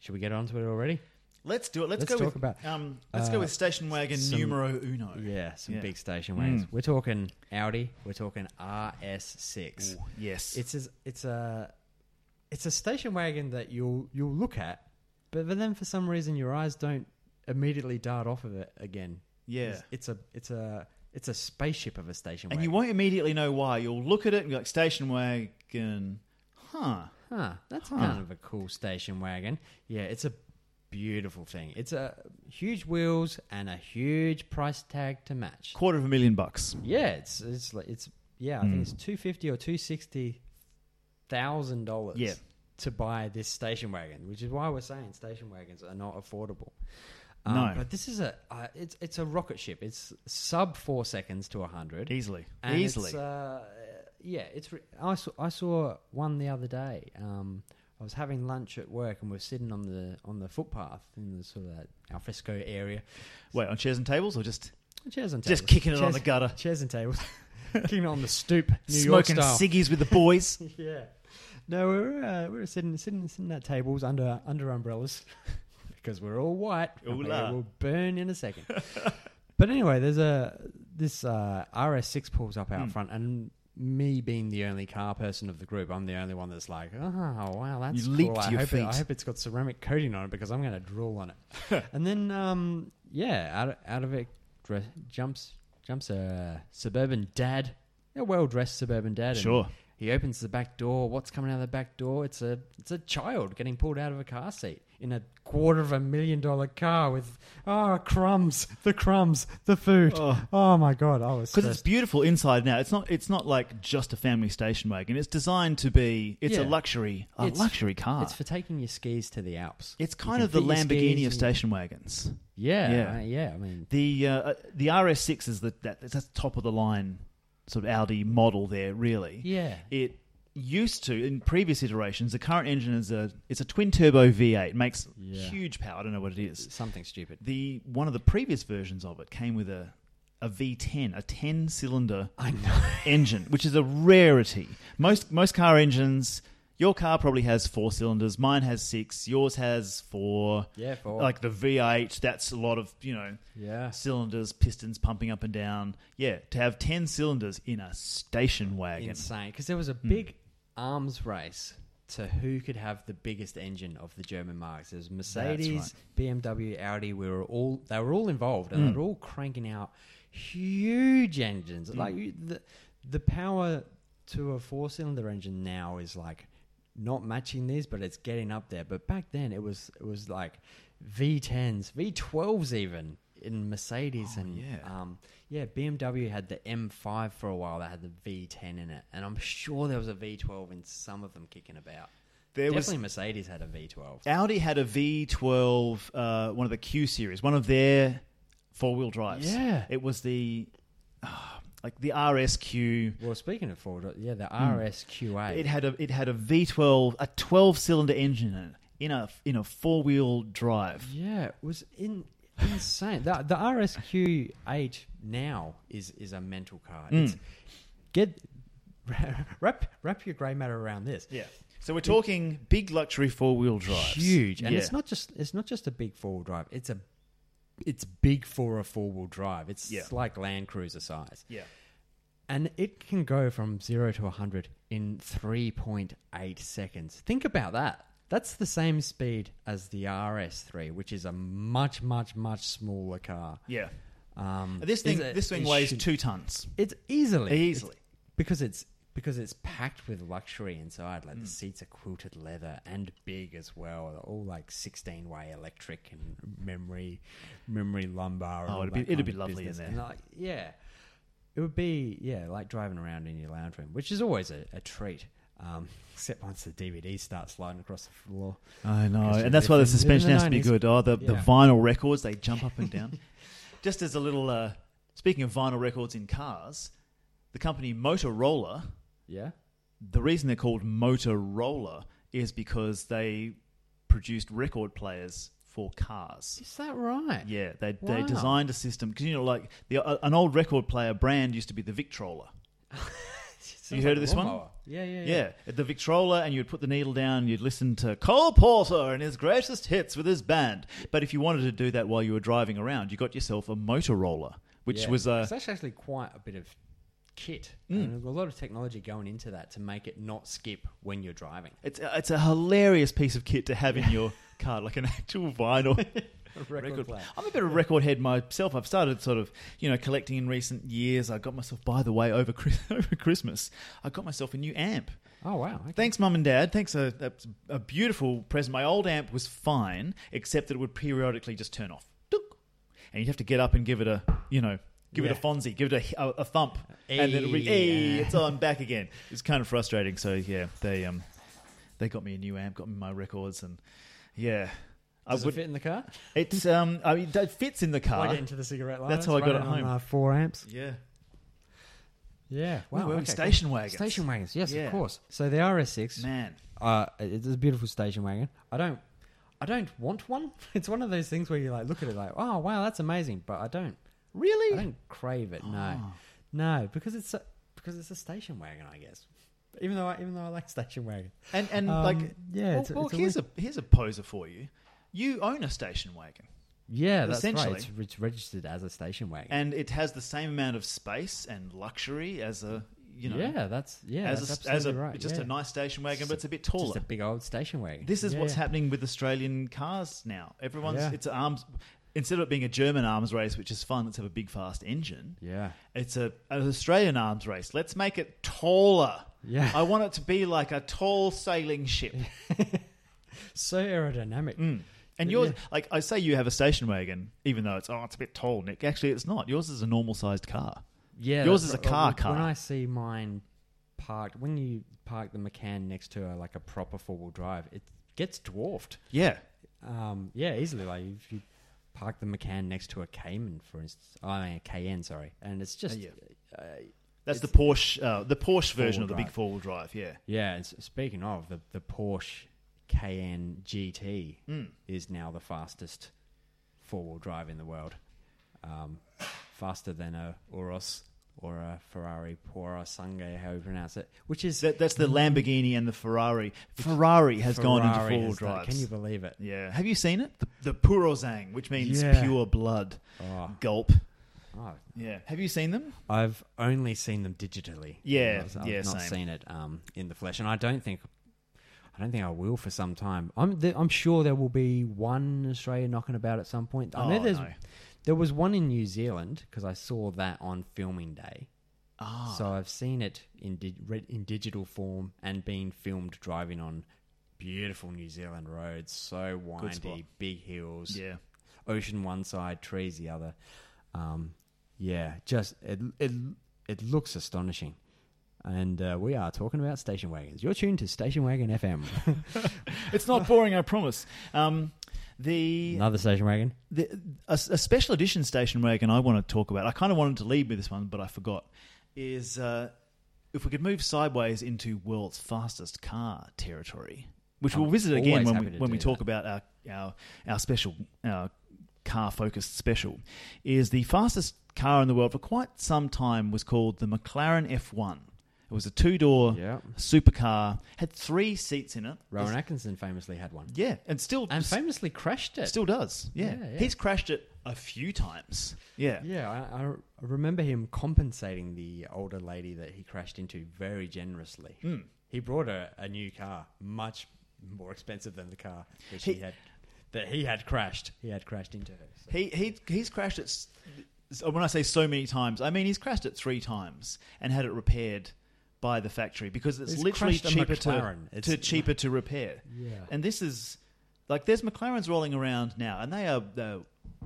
should we get onto it already? Let's do it. Let's, Let's go talk with, about, Um, let's go uh, with station wagon some- numero uno. Yeah, some Yeah. big station wagons. Mm. We're talking Audi. We're talking RS6. Ooh, yes. It's a, it's a it's a station wagon that you'll you'll look at, but then for some reason your eyes don't immediately dart off of it again. yeah. It's, it's a it's a it's a spaceship of a station And wagon. you won't immediately know why. You'll look at it and be like, station wagon, huh? Huh, that's Huh. kind of a cool station wagon. Yeah, it's a beautiful thing. It's a huge wheels and a huge price tag to match. Quarter of a million bucks. Yeah, it's it's like it's yeah, I think Mm. it's two fifty or two sixty thousand dollars. Yeah. to buy this station wagon, which is why we're saying station wagons are not affordable. Um, No. but this is a uh, it's it's a rocket ship. It's sub four seconds to hundred. Easily. And E-, Easily. It's, uh, yeah, it's. Re- I saw I saw one the other day. Um, I was having lunch at work and we are sitting on the on the footpath in the sort of that alfresco area. Wait, on chairs and tables or just Chairs and tables. just kicking it on Chairs- the gutter? Chairs and tables. kicking it on the stoop, New Smoking York style. ciggies with the boys. yeah. No, we were uh, we were sitting sitting sitting at tables under under umbrellas because we're all white. and we Ooh-la. will burn in a second. but anyway, there's a this uh, RS6 pulls up out Hmm. front, and me being the only car person of the group, I'm the only one that's like, oh wow, that's You leap cool. to I, your hope it, I feet." hope it's got ceramic coating on it because I'm going to drool on it. and then um, yeah, out of, out of it dre- jumps jumps a suburban dad, a well dressed suburban dad. and Sure. he opens the back door. What's coming out of the back door? It's a it's a child getting pulled out of a car seat in a quarter of a million dollar car with ah crumbs, the crumbs, the food. Oh, Oh. my god, I was Because it's stressed. beautiful inside now. It's not. It's not like just a family station wagon. It's designed to be. It's a Yeah. luxury. A It's- luxury car. It's for taking your skis to the Alps. it's You kind can of the fit your skis Lamborghini and- of station wagons. Yeah, Yeah. yeah, yeah. I mean, The uh, the RS6 is the that, that's the top of the line sort of Audi model there really. yeah, It used to in previous iterations the current engine is a it's a twin turbo V8 makes Yeah. huge power I don't know what it is. something stupid. The one of the previous versions of it came with a a V10 a 10 cylinder I know. engine which is a rarity. Most most car engines your car probably has four cylinders, mine has six, yours has four. Yeah, for Like the V8 that's a lot of, you know, yeah, cylinders, pistons pumping up and down. Yeah, to have 10 cylinders in a station wagon. insane. Because there was a big arms race to who could have the biggest engine of the German marks. There was Mercedes, BMW, Audi. We were all they were all involved, and they were all cranking out huge engines. Like you- the the power to a four cylinder engine now is like not matching these, but it's getting up there. But back then it was it was like V10s, V12s even in Mercedes Oh, and yeah. um, yeah, BMW had the M5 for a while that had the V10 in it, and I'm sure there was a V12 in some of them kicking about. There was Definitely Mercedes had a V12. Audi had a V12, uh, one of the Q series, one of their four wheel drives. Yeah. it was the ah, like the RSQ. Well, speaking of Ford, uh, yeah, the RSQA. Hmm. It had a it had a V12, a 12 cylinder engine in it. In a in a four wheel drive, yeah, it was in, insane. the the RSQ8 now is is a mental car. Hmm. It's, get wrap wrap your grey matter around this. yeah. So we're talking big luxury four wheel drives, huge, and Yeah. it's not just it's not just a big four wheel drive. It's a it's big for a four wheel drive. It's Yeah. like Land Cruiser size, yeah. and it can go from zero to hundred in three point eight seconds. Think about that. That's the same speed as the RS3, which is a much, much, much smaller car. Yeah. Um, This thing, is it- this thing it weighs should- two tons. It's easily Easily. it's- because it's because it's packed with luxury inside. Mm. Like the seats are quilted leather and big as well. They're all like sixteen way electric and memory memory lumbar. and Oh, all it'd be- that it'd kind be of lovely in business. there. And, like, yeah, it would be yeah like driving around in your lounge room, which is always a, a treat. Um, except once the DVD starts sliding across the floor. I know, Because you're and that's why the living in suspension the has to be 90s. good. Oh, the, the Yeah. vinyl records they jump up and down. Just as a little, uh, speaking of vinyl records in cars, the company Motorola. Yeah. The reason they're called Motorola is because they produced record players for cars. Is that right? Yeah, they they Wow. designed a system because you know, like the uh, an old record player brand used to be the Victrola. Sounds You heard of a this one? lawnmower. Yeah, yeah, yeah. Yeah, at the Victrola, and you'd put the needle down, and you'd listen to Cole Porter and his greatest hits with his band. But if you wanted to do that while you were driving around, you got yourself a Motorola, which Yeah. was a. Hmm. It's actually quite a bit of kit. And a lot of technology going into that to make it not skip when you're driving. It's, it's a hilarious piece of kit to have in your car, like an actual vinyl record player. I'm a bit of a record head myself. I've started sort of, you know, collecting in recent years. I got myself, by the way, over Chris- over Christmas, I got myself a new amp. Oh wow! Okay. Thanks, Mum and Dad. Thanks, a, a, a beautiful present. My old amp was fine, except that it would periodically just turn off. Dook. And you'd have to get up and give it a, you know, give it a Yeah. Fonzie, give it a, a, a thump. And then it would be, Eh. hey, it's on, back again. It's kind of frustrating. So, yeah, they um, they got me a new amp, got me my records, and yeah. I Does it would, fit in the car? it's, um, I mean, it fits in the car. Plug it into the cigarette lighter. that's how I got Run it on, home. uh, four amps. Yeah. Yeah. Wow, Wow. we were okay, station cool. wagons. Station wagons. Yes, Yeah. of course. So the RS6. Man. Uh, it's a beautiful station wagon. I don't. I don't want one. It's one of those things where you like look at it like, oh wow, that's amazing, but I don't. Really? I don't crave it. No, Oh. no, because it's a, because it's a station wagon, I guess. Even though I, even though I like station wagon, And and Um, Mm, like yeah, well, it's a- well, it's a here's a here's a poser for you. You own a station wagon, yeah, that's Essentially. right. It's, it's registered as a station wagon. and it has the same amount of space and luxury as a you know yeah, that's yeah, as that's a, as a absolutely right. just yeah. a nice station wagon, but it's a bit just taller. a big old station wagon. this is Yeah, what's yeah. happening with Australian cars now. Everyone's Yeah. it's arms instead of it being a German arms race, which is fun. Let's have a big fast engine. Yeah, It's a an Australian arms race. Let's make it taller. Yeah. I want it to be like a tall sailing ship. Uh, so aerodynamic. Mm. And Yeah. yours, like I say, you have a station wagon, even though it's oh, it's a bit tall, Nick. Actually, it's not. Yours is a normal sized car. Yeah, Yours that's is a right. car When- car. When I see mine parked, when you park the McCann next to a, like a proper four wheel drive, it gets dwarfed. Yeah, Um, yeah, easily. Like if you park the McCann next to a Cayman, for instance, I mean a Cayenne, sorry, and it's just yeah. yeah. Uh, that's It's- the Porsche, uh, the Porsche version of the Four-wheel big four wheel drive. Yeah, yeah. And s- speaking of the the Porsche Cayenne GT Hmm. is now the fastest four wheel drive in the world, um, faster than a Urus or a Ferrari Pora Sangue, how you pronounce it, which is that, that's the Lamborghini and the Ferrari. Ferrari has gone into Mm. Ferrari four wheel has done- drives. Can you believe it? yeah, have you seen it? The, the Purozang, which means Yeah. pure blood. Oh, Gulp. oh. Yeah, have you seen them? I've only seen them digitally. Yeah, I've, I've yeah, not same. seen it um, in the flesh, and I don't think, I don't think I will for some time. I'm, th- I'm sure there will be one Australian knocking about at some point. I Oh, know there's, no. there was one in New Zealand because I saw that on filming day. Ah, So I've seen it in di- re- in digital form and being filmed driving on beautiful New Zealand roads, so spot. windy, big hills, yeah. ocean one side, trees the other. Um, yeah, just it it it looks astonishing. And uh, we are talking about station wagons. You're tuned to Station Wagon FM. It's not boring, I promise. Um, the Another station wagon. the, a, a special edition station wagon I want to talk about. I kind of wanted to lead with this one, but I forgot. Is uh, if we could move sideways into world's fastest car territory, which we'll I'm visit again always when we happy to when we do talk about our our our special our car focused special. Is the fastest car in the world for quite some time was called the McLaren F1. It was a two door Yeah. supercar, had three seats in it. Rowan Atkinson famously had one. Yeah, and still And famously crashed it. Still does. Yeah. Yeah, yeah. He's crashed it a few times. Yeah. Yeah, I, I remember him compensating the older lady that he crashed into very generously. He brought her a new car, much more expensive than the car that she He- had that he had crashed. He had crashed into her. So. He he he's crashed it s- s- when I say so many times, I mean he's crashed it 3 times and had it repaired by the factory because it's He's literally crashed a cheaper to, McLaren. to It's- cheaper to repair. Yeah. And this is like there's McLarens rolling around now and they are uh,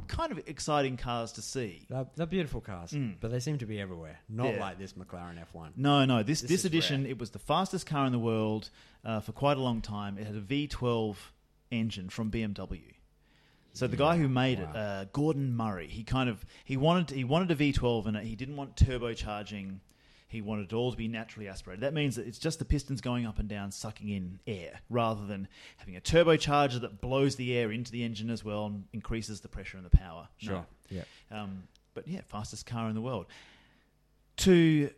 kind of exciting cars to see. They're, they're beautiful cars, but they seem to be everywhere. Not Mm. Yeah. like this McLaren F1. No, no. This this, This is edition, it was the fastest car in the world uh, for quite a long time. It had a V12 engine from BMW. So the guy who made it, wow. uh, Gordon Murray, he kind of he wanted he wanted a V12 in it. He didn't want turbocharging. He wanted it all to be naturally aspirated. That means that it's just the pistons going up and down, sucking in air, rather than having a turbocharger that blows the air into the engine as well and increases the pressure and the power. No. Yeah. Um, but yeah, fastest car in the world. To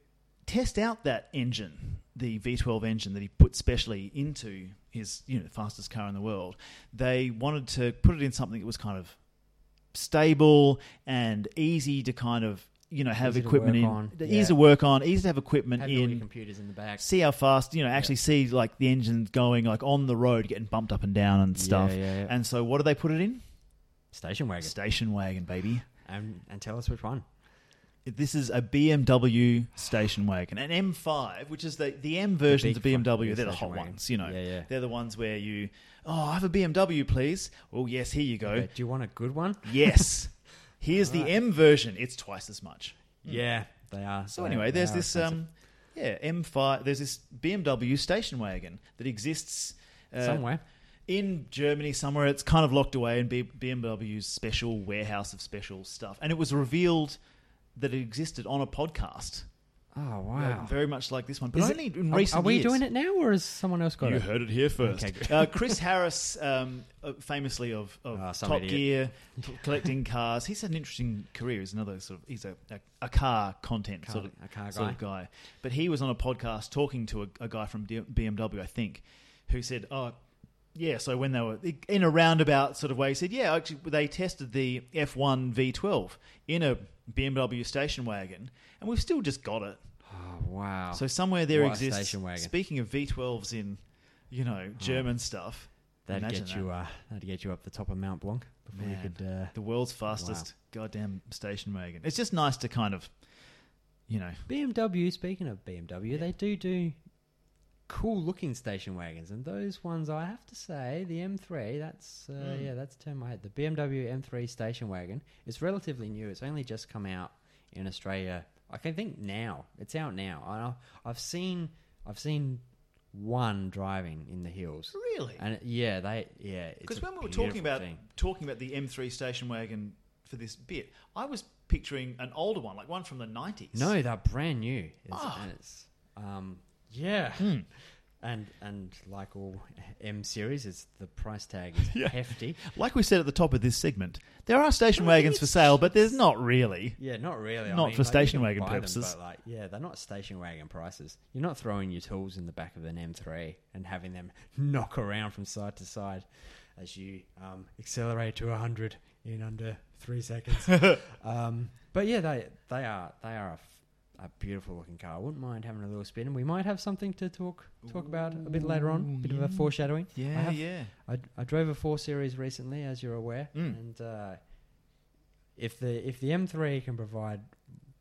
test out that engine, the V12 engine that he put specially into his you know fastest car in the world, they wanted to put it in something that was kind of stable and easy to kind of you know have Easy to equipment work in, on. easy Yeah. to work on, easy to have equipment Have all in your computers in the back. see how fast you know actually see like the engine going like on the road getting bumped up and down and Yeah, stuff yeah, yeah. and so what do they put it in Station wagon. station wagon baby and, and tell us which one. this is a BMW station wagon, an M5, which is the, the M versions big of BMW. front- yeah, They're the station hot wagon. ones, you know. Yeah, yeah. They're the ones where you, oh, I have a BMW, please. Oh, yes, here you go. Mm. Okay, do you want a good one? Yes. Here's the M version. It's twice as much. Yeah, they are. So they- anyway, they there's are this expensive. um, yeah, M5. There's this BMW station wagon that exists uh, somewhere. in Germany somewhere. It's kind of locked away in B- BMW's special warehouse of special stuff, and it was revealed that it existed on a podcast. Oh Uh, wow. Very much like this one, but Is it- only in are- recent Are we years. doing it now, or has someone else got You it? heard it here first. Okay, good. uh, Chris Harris, um, uh, famously of, of Ah, some Top idiot. Gear, t- collecting cars. He's had an interesting career. He's another sort of he's a, a, a car content Car- sort of a car sort of guy. But he was on a podcast talking to a, a guy from D- BMW, I think, who said, "Oh, yeah." So when they were in a roundabout sort of way, he said, "Yeah, actually, they tested the F1 V12 in a BMW station wagon, and we've still just got it." Oh wow. So somewhere there What a exists. station wagon. Speaking of V12s in, you know, German stuff. that'd imagine get you. Uh, that'd get you up the top of Mount Blanc before Man. you could. Uh, the world's fastest goddamn station wagon. It's just nice to kind of, you know, BMW. Speaking of BMW, they do do cool looking station wagons, and those ones I have to say, the M3. That's uh, Mm. yeah, that's turned my head. The BMW M3 station wagon is relatively new. It's only just come out in Australia. I can think now. It's out now. I, I've seen. I've seen one driving in the hills. really. And it, yeah, they yeah. it's Because a when we were talking beautiful about thing. talking about the M3 station wagon for this bit, I was picturing an older one, like one from the nineties. no, they're brand new. It's, Ah. and it's, um, yeah, and and like all M series, it's the price tag is Yeah. hefty. like we said at the top of this segment, there are station wagons for sale, but there's not really. Yeah, not really. I Not mean, like, for you station can wagon buy them, purposes. but like, yeah, they're not station wagon prices. You're not throwing your tools in the back of an M3 and having them knock around from side to side as you um, accelerate to 100 in under three seconds. um, but yeah, they they are they are a, f- a beautiful looking car. I wouldn't mind having a little spin, and we might have something to talk talk about a bit later on. Ooh, Bit yeah. of a foreshadowing. I Yeah, have yeah. I, I drove a four series recently, as you're aware, Mm. and uh, if the if the M3 can provide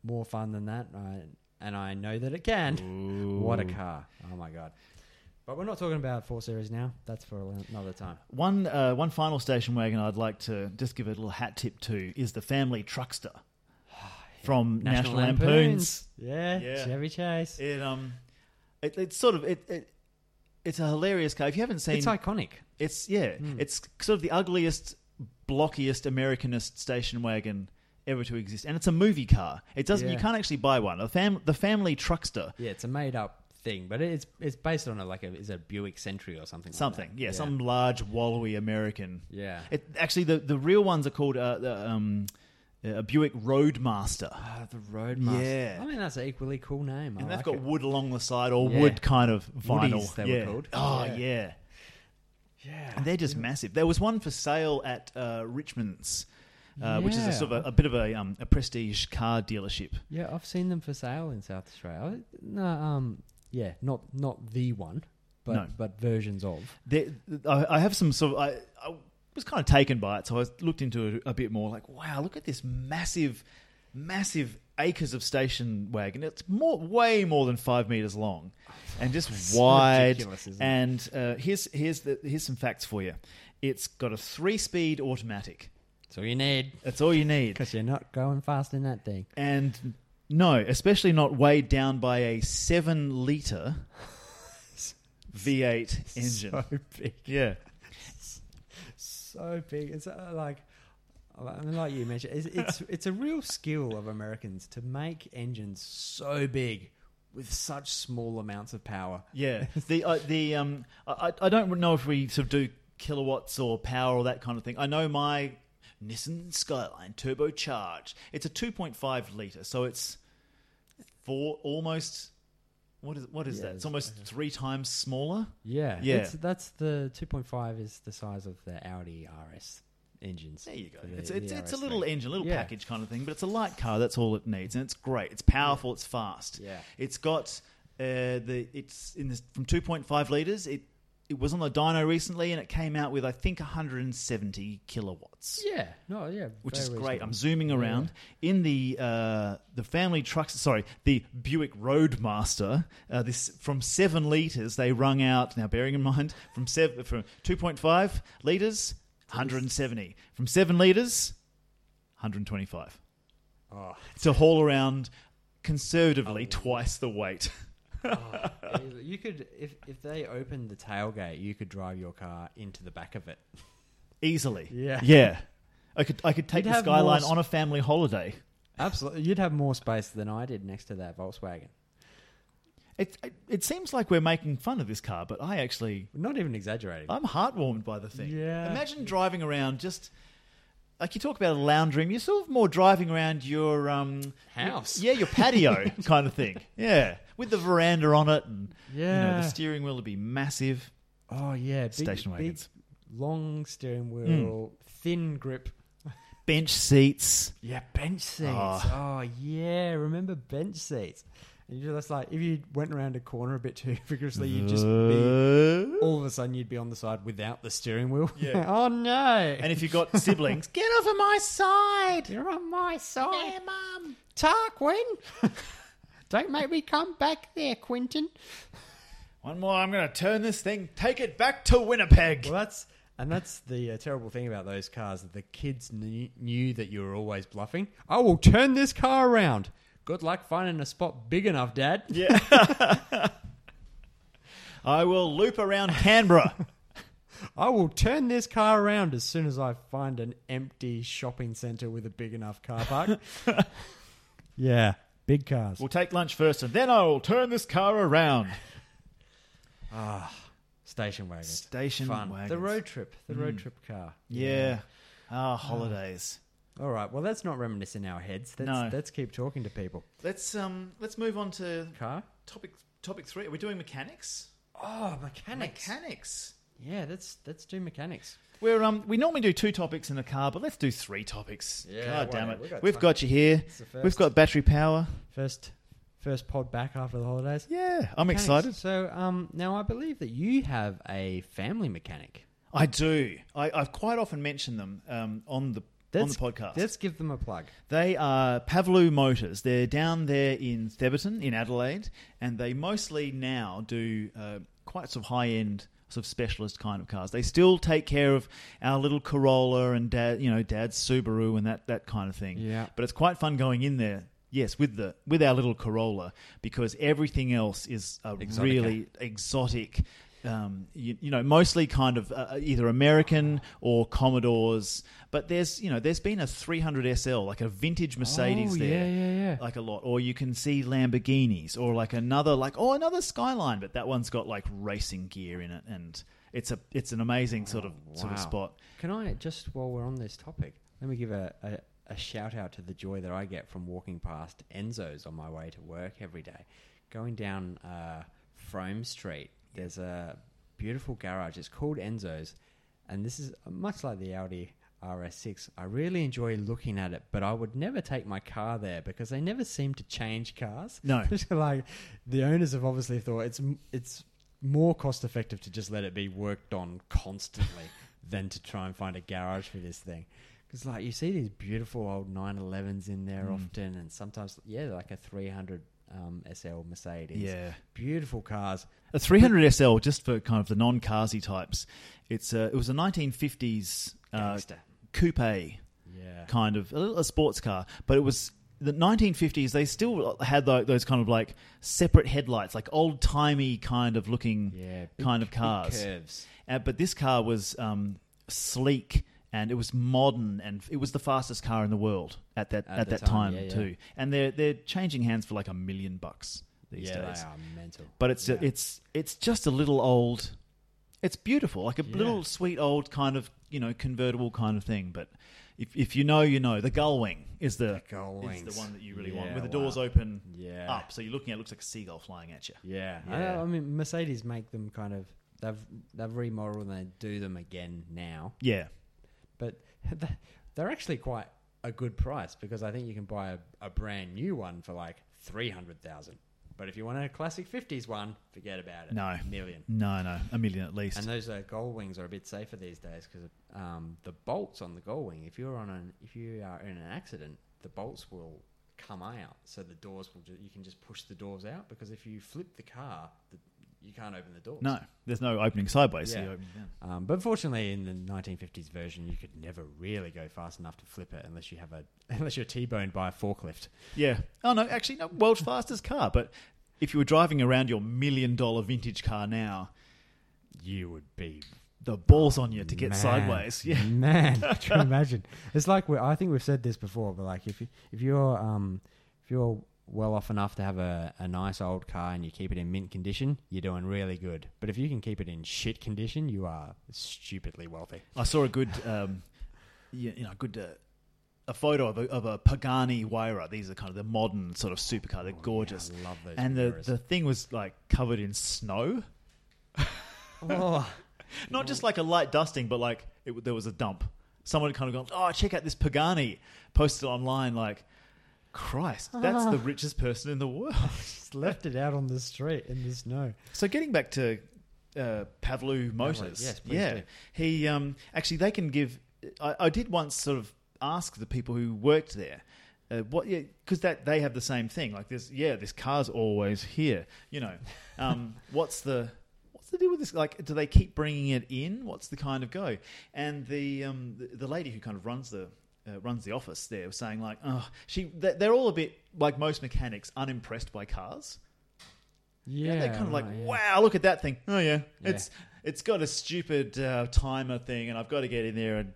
more fun than that, I, and I know that it can, what a car! Oh my god! But we're not talking about four series now. That's for another time. One uh, one final station wagon I'd like to just give a little hat tip to is the family truckster from National, Lampoons. Yeah, Yeah. Chevy Chase. It um It, it's sort of it, it. It's a hilarious car. If you haven't seen, It's Hmm. iconic. it's yeah, it's sort of the ugliest, blockiest Americanist station wagon ever to exist, and it's a movie car. It doesn't. You Yeah. can't actually buy one. The fam, the family truckster, Yeah, it's a made up thing, but it's it's based on a like a is it a Buick Century or something. something. Like that. Yeah, some large wallowy American. Yeah. It actually the the real ones are called uh, the, um, a Buick Roadmaster. Ah, the Roadmaster. Yeah. I mean that's an equally cool name. uh, I And they've like got it. wood along the side or Yeah. wood kind of vinyl. Woodies, they were yeah. called. Oh yeah. Yeah. Yeah. And they're just massive. There was one for sale at uh, Richmond's, uh, which is a Yeah. sort of a, a bit of a, um, a prestige car dealership. Yeah, I've seen them for sale in South Australia. No, um, yeah, not not the one, but No. but versions of. There, I, I have some sort of. I, I was kind of taken by it, so I looked into it a bit more. Like, wow, look at this massive, massive acres of station wagon. It's more, way more than five meters long, and just It's wide. ridiculous, isn't it? And uh, here's here's the, here's some facts for you. It's got a three-speed automatic. So you need That's all you need. because you're not going fast in that thing. And no, especially not weighed down by a seven-liter V8 engine. So big, yeah. so big. It's uh, like. I mean, like you mentioned, it's, it's it's a real skill of Americans to make engines so big with such small amounts of power. Yeah, the uh, the um, I I don't know if we sort of do kilowatts or power or that kind of thing. I know my Nissan Skyline turbocharged. It's a two point five liter, so it's four almost. What is what is Yeah, that? it's- It's almost three times smaller. Yeah, Yeah. It's, that's the 2.5 is the size of the Audi RS engines. There you go. for the- E It's it's, the it's a RS little thing. engine, a little Yeah. package kind of thing, but it's a light car. That's all it needs, and it's great. It's powerful. It's fast. Yeah. It's got uh, the it's in this from 2.5 liters. It it was on the dyno recently, and it came out with I think 170 kilowatts, Yeah, no, yeah, which very is great. reasonable. I'm zooming around in the uh, the family trucks. Sorry, the Buick Roadmaster. Uh, this from seven liters they rung out. Now bearing in mind from seven from 2.5 liters, 170 from seven liters, 125 Oh, to haul around conservatively twice the weight. Oh, you could if if they opened the tailgate, you could drive your car into the back of it. easily. Yeah. yeah. I could I could take You'd the have more skyline s- on a family holiday. Absolutely, you'd have more space than I did next to that Volkswagen. It, it it seems like we're making fun of this car, but I actually Not even exaggerating. I'm heartwarmed by the thing. Yeah. Imagine driving around just like you talk about a lounge room. You're sort of more driving around your um House. yeah, your patio kind of thing. Yeah, with the veranda on it, and you know Yeah. the steering wheel would be massive. oh yeah, big, Station big, wagons. Hmm. long steering wheel, thin grip. Bench seats. Yeah, bench seats. Oh. Oh. yeah, remember bench seats? And you're just like, if you went around a corner a bit too vigorously, you'd just be Uh, all of a sudden you'd be on the side without the steering wheel. Yeah. oh no! and if you've got siblings, get off of my side. You're on my Yeah, side. mum. Tarquin! Don't make me come back there, Quentin. One more, I'm going to turn this thing, take it back to Winnipeg. Well, that's. And that's the uh, terrible thing about those cars that the kids knew, knew that you were always bluffing. I will turn this car around. Good luck finding a spot big enough, Dad. Yeah. I will loop around Canberra. I will turn this car around as soon as I find an empty shopping centre with a big enough car park. yeah, big cars. we'll take lunch first, and then I will turn this car around. Station wagons. Station Fun. wagons. The road trip. The road trip car. Yeah. Uh, Ah, holidays. All right. Well, let's not reminisce in our heads. Let's, No. let's keep talking to people. Let's um. Let's move on to Car? topic topic three. Are we doing mechanics? Oh, mechanics. Mechanics. yeah, let's let's do mechanics. We're um. We normally do two topics in a car, but let's do three topics. Yeah, God damn whatever. it. We've got We've time. got you here. It's the We've first. got battery power. First first pod back after the holidays. Yeah, I'm Mechanics. excited. So, um, now I believe that you have a family mechanic. I do. I, I've quite often mentioned them um, on the on the That's- podcast. Let's give them a plug. They are Pavlu Motors. They're down there in Theberton, in Adelaide, and they mostly now do uh, quite sort of high end, sort of specialist kind of cars. They still take care of our little Corolla and dad, you know, dad's Subaru and that that kind of thing. Yeah. But it's quite fun going in there. Yes, with the with our little Corolla, because everything else is a Exotica. really eh? exotic. Um, you, you know, mostly kind of uh, either American or Commodores, but there's you know there's been a 300 SL like a vintage Mercedes Oh, there, yeah, yeah, yeah. like a lot, or you can see Lamborghinis or like another like oh another Skyline, but that one's got like racing gear in it, and it's a it's an amazing sort of sort of Oh, wow. spot. Can I just while we're on this topic, let me give a, a, a shout out to the joy that I get from walking past Enzo's on my way to work every day. Going down uh, Frome Street, there's a beautiful garage. It's called Enzo's, and this is uh, much like the Audi RS6. I really enjoy looking at it, but I would never take my car there because they never seem to change cars. No. Just like the owners have obviously thought it's it's more cost effective to just let it be worked on constantly than to try and find a garage for this thing. Because like you see these beautiful old 911s in there Mm. often, and sometimes yeah, like a 300 um, SL Mercedes. Yeah. beautiful cars. A 300 SL, just for kind of the non carsy types, it's a, it was a 1950s uh, Gangster. coupe yeah, kind of a, little, a sports car, but it was the 1950s. They still had tho- those kind of like separate headlights, like old timey kind of looking yeah, kind of big cars. curves. Uh, but this car was um, sleek and it was modern and it was the fastest car in the world at that at, At the that time, time, yeah, yeah. too. And they're they're changing hands for like a million bucks these yeah, days they are mental. but it's Yeah. it's it's just a little old. It's beautiful, like a Yeah. little sweet old kind of you know convertible kind of thing. But if if you know, you know. The gullwing is the, The gullwings. is the one that you really want Yeah, with the wow. doors open yeah, up, so you're looking at it looks like a seagull flying at you. Yeah, Yeah. I, I mean Mercedes make them kind of they've they've remodeled and they do them again now, Yeah, but they- they're actually quite a good price because I think you can buy a, a brand new one for like three hundred thousand. But if you want a classic fifties one, forget about it. No. million. no, no, a million at least. And those uh, gold wings are a bit safer these days because um, the bolts on the gold wing, if you're on an if you are in an accident, the bolts will come out, so the doors will ju- you can just push the doors out because if you flip the car, the, you can't open the doors. no, there's no opening sideways. So Yeah. you open down. Um, but fortunately, in the 1950s version, you could never really go fast enough to flip it unless you have a unless you're t-boned by a forklift. Yeah. Oh no, actually, no. World's fastest car, but if you were driving around your million dollar vintage car now, You would be the balls on you to get Man. sideways. Yeah. man. Can you imagine? It's like we I think we've said this before, but like if you, if you're um if you're well off enough to have a, a nice old car and you keep it in mint condition, you're doing really good. But if you can keep it in shit condition, you are stupidly wealthy. I saw a good, um, you, you know, good uh, a photo of a, of a Pagani Huayra. These are kind of the modern sort of supercar. They're gorgeous, Oh, I love those. and the mirrors. the thing was like covered in snow. oh, Not just like a light dusting, but like it, there was a dump. Someone had kind of gone, oh, check out this Pagani. Posted online like, Christ, that's the richest person in the world. just left it out on the street in the snow. So getting back to uh, Pavlu Motors, yes, please yeah, do. he um, actually they can give. I, I did once sort of ask the people who worked there. Uh, what? Because that they have the same thing. Like this, yeah. This car's always here. You know, um, what's the what's the deal with this? Like, do they keep bringing it in? What's the kind of go? And the um, the, the lady who kind of runs the uh, runs the office there was saying like, oh, she. they- They're all a bit like most mechanics, unimpressed by cars. Yeah, Yeah, they're kind of like, right, yeah. wow, look at that thing. Oh yeah, Yeah. it's it's got a stupid uh, timer thing, and I've got to get in there and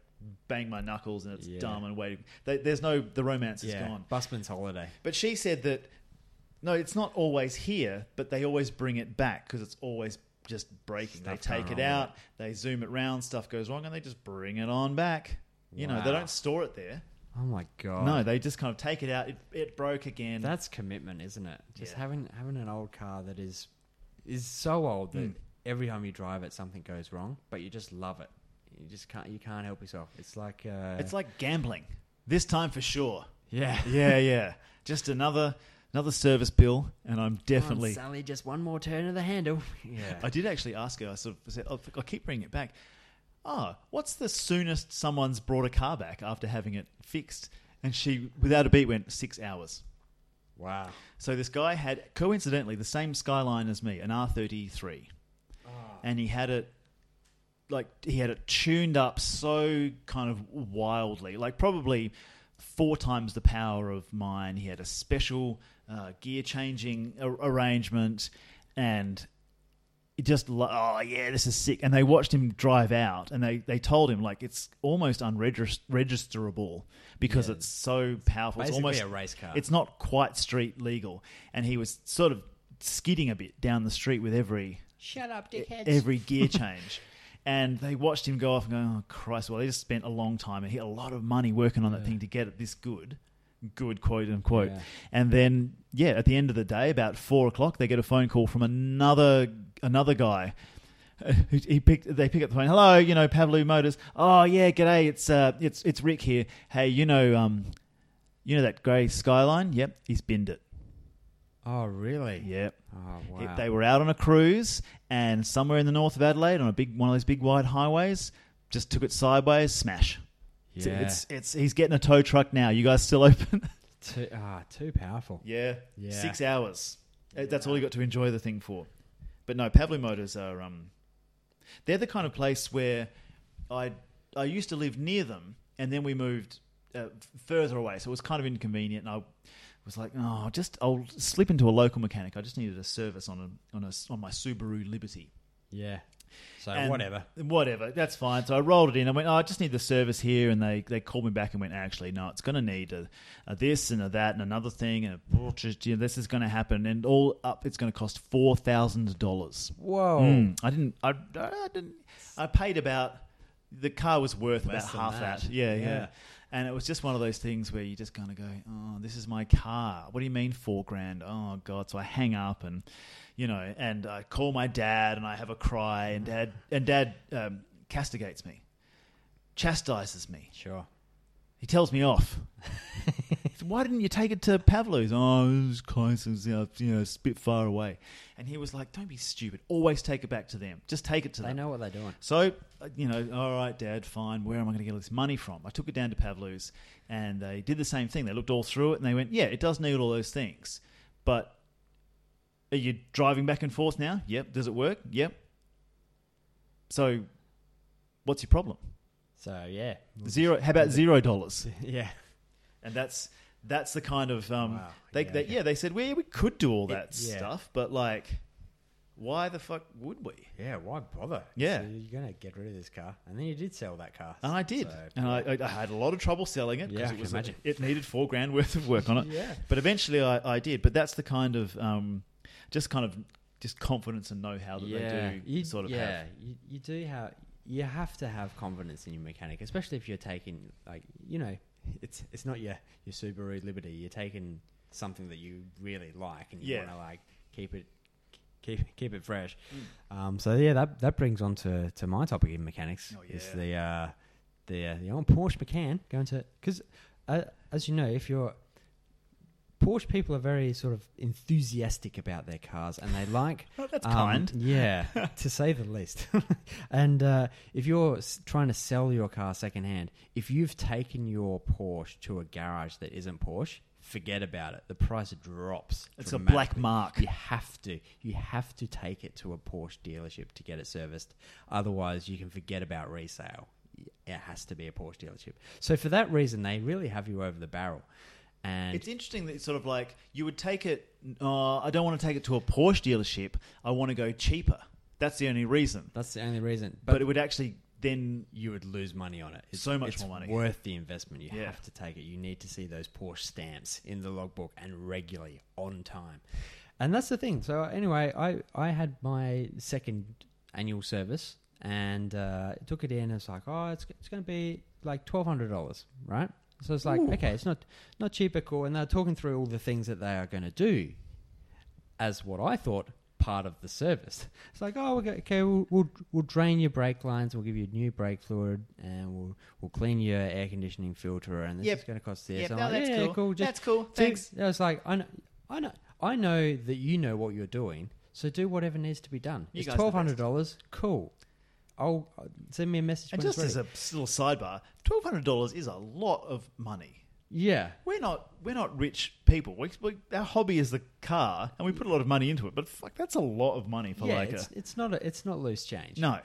bang my knuckles, and it's Yeah. dumb and waiting. They, there's no the romance is Yeah, gone. busman's holiday. But she said that no, it's not always here, but they always bring it back because it's always just breaking. Stuff they take going it on with out, they zoom it round, stuff goes wrong, and they just bring it on back. You know, they Wow. don't store it there. Oh my god, No, they just kind of take it out. It, it broke again. That's commitment, isn't it? Just Yeah. having having an old car that is is so old that Mm. every time you drive it, something goes wrong, but you just love it. You just can't you can't help yourself. It's like uh, it's like gambling. This time for sure. yeah. yeah, yeah. Just another another service bill, and I'm Come on, definitely. Sally, just one more turn of the handle. Yeah, I did actually ask her. I sort of said, oh, I keep bringing it back. Oh, what's the soonest someone's brought a car back after having it fixed? And she, without a beat, went six hours. wow. So this guy had, coincidentally, the same skyline as me, an R33, Ah. and he had it like he had it tuned up so kind of wildly, like probably four times the power of mine. He had a special uh, gear changing ar- arrangement, and it just like, oh yeah, this is sick. And they watched him drive out, and they they told him like it's almost unregisterable because Yeah. it's so powerful. Basically it's almost a race car. It's not quite street legal, and he was sort of skidding a bit down the street with every Shut up, E-, every gear change. and they watched him go off and go, oh, Christ, well, they just spent a long time and he had a lot of money working on that thing to get it this good. Good, quote unquote. Yeah. And then, yeah, at the end of the day, about four o'clock, they get a phone call from another another guy. Who- He picked, they pick up the phone. Hello, you know Pavlu Motors. Oh yeah, g'day. It's uh, it's it's Rick here. Hey, you know um, you know that grey skyline? Yep, he's binned it. Oh, really? Yep. Oh, If wow. They were out on a cruise and somewhere in the north of Adelaide on a big one of those big wide highways, just took it sideways, smash. It's- yeah. It's, it's he's getting a tow truck now. You guys still open? too, ah, too powerful. yeah. Yeah. Six hours. Uh, That's all you got to enjoy the thing for. But no, Pavlu Motors are um, they're the kind of place where I I used to live near them, and then we moved uh, f- further away, so it was kind of inconvenient. And I was like, oh, just I'll slip into a local mechanic. I just needed a service on a on a s- on my Subaru Liberty. Yeah. So And- whatever. Whatever, that's fine. So I rolled it in. I went, oh, I just need the service here, and they, they called me back and went, actually, no, it's going to need a, a this and a that and another thing, and a, oh, you know, this is going to happen, and all up, it's going to cost four thousand dollars. Whoa. Mm. I didn't. I, I didn't. I paid about. The car was worth Less about than half that. that. Yeah, yeah, Yeah. And it was just one of those things where you just kind of go, "Oh, this is my car. What do you mean four grand? Oh God!" So I hang up and, you know, and I call my dad and I have a cry and dad and dad um, castigates me, chastises me. Sure. He tells me off. He said, Why didn't you take it to Pavlo's? Oh, it was close. It was, uh, you know, it's a bit far away. And he was like, "Don't be stupid. Always take it back to them. Just take it to They them." know what they're doing. So, uh, you know, all right, Dad, fine. Where am I going to get all this money from? I took it down to Pavlu's and they did the same thing. They looked all through it and they went, yeah, it does need all those things. But are you driving back and forth now? Yep. Does it work? Yep. So, what's your problem? So yeah. Zero. How about zero dollars? Yeah. And that's that's the kind of um. Wow, They, yeah, they, okay. yeah, they said, well, yeah, we could do all It- that yeah. stuff, but like, why the fuck would we? Yeah. Why bother? Yeah. So you're gonna get rid of this car, and then you did sell that car. And I did, So- and I, I, I had a lot of trouble selling it Yeah, I because it can was imagine. it needed four grand worth of work on it. Yeah. But eventually, I, I did. But that's the kind of um, just kind of just confidence and know how that they do you, sort of yeah, have. You, you do have you have to have confidence in your mechanic, especially if you're taking like you know, it's it's not your your Subaru Liberty. You're taking something that you really like, and you Yeah. want to like keep it keep keep it fresh. Mm. Um, so yeah, that that brings on to, to my topic in mechanics. Oh, Is yeah. the uh, the uh, the old Porsche Macan going to because uh, as you know, if you're Porsche people are very sort of enthusiastic about their cars, and they like Oh, that's um, kind. Yeah, to say the least. and uh, if you're s- trying to sell your car secondhand, if you've taken your Porsche to a garage that isn't Porsche, forget about it. The price drops. It's a dramatically. black mark. You have to. You have to take it to a Porsche dealership to get it serviced. Otherwise, you can forget about resale. It has to be a Porsche dealership. So for that reason, they really have you over the barrel. And It's interesting that it's sort of like you would take it. Uh, I don't want to take it to a Porsche dealership. I want to go cheaper. That's the only reason. that's the only reason. But, it would actually then. you would lose money on it. So much it's more money. Worth the investment. You Yeah. have to take it. You need to see those Porsche stamps in the logbook and regularly on time. And that's the thing. So anyway, I I had my second annual service and uh, took it in. and It's like oh, it's it's going to be like twelve hundred dollars, right? So it's like okay, it's not not cheap at all. And they're talking through all the things that they are going to do as what I thought part of the service. It's like, oh, okay, okay we'll, we'll we'll drain your brake lines, we'll give you new brake fluid, and we'll we'll clean your air conditioning filter, and this Yep. is going to cost this. Yep, I'm no, like, that's yeah, cool. cool. Just that's cool. do- Thanks. I was like, I know, I know, I know that you know what you're doing, so do whatever needs to be done. You it's guys are the twelve best. hundred dollars. Cool. I'll uh, send me a message. And when it's just as a ready. little sidebar, twelve hundred dollars is a lot of money. yeah, We're not we're not rich people. We, we, our hobby is the car, and we put a lot of money into it. But fuck, that's a lot of money for yeah, like it's, a it's not a, it's not loose change. no.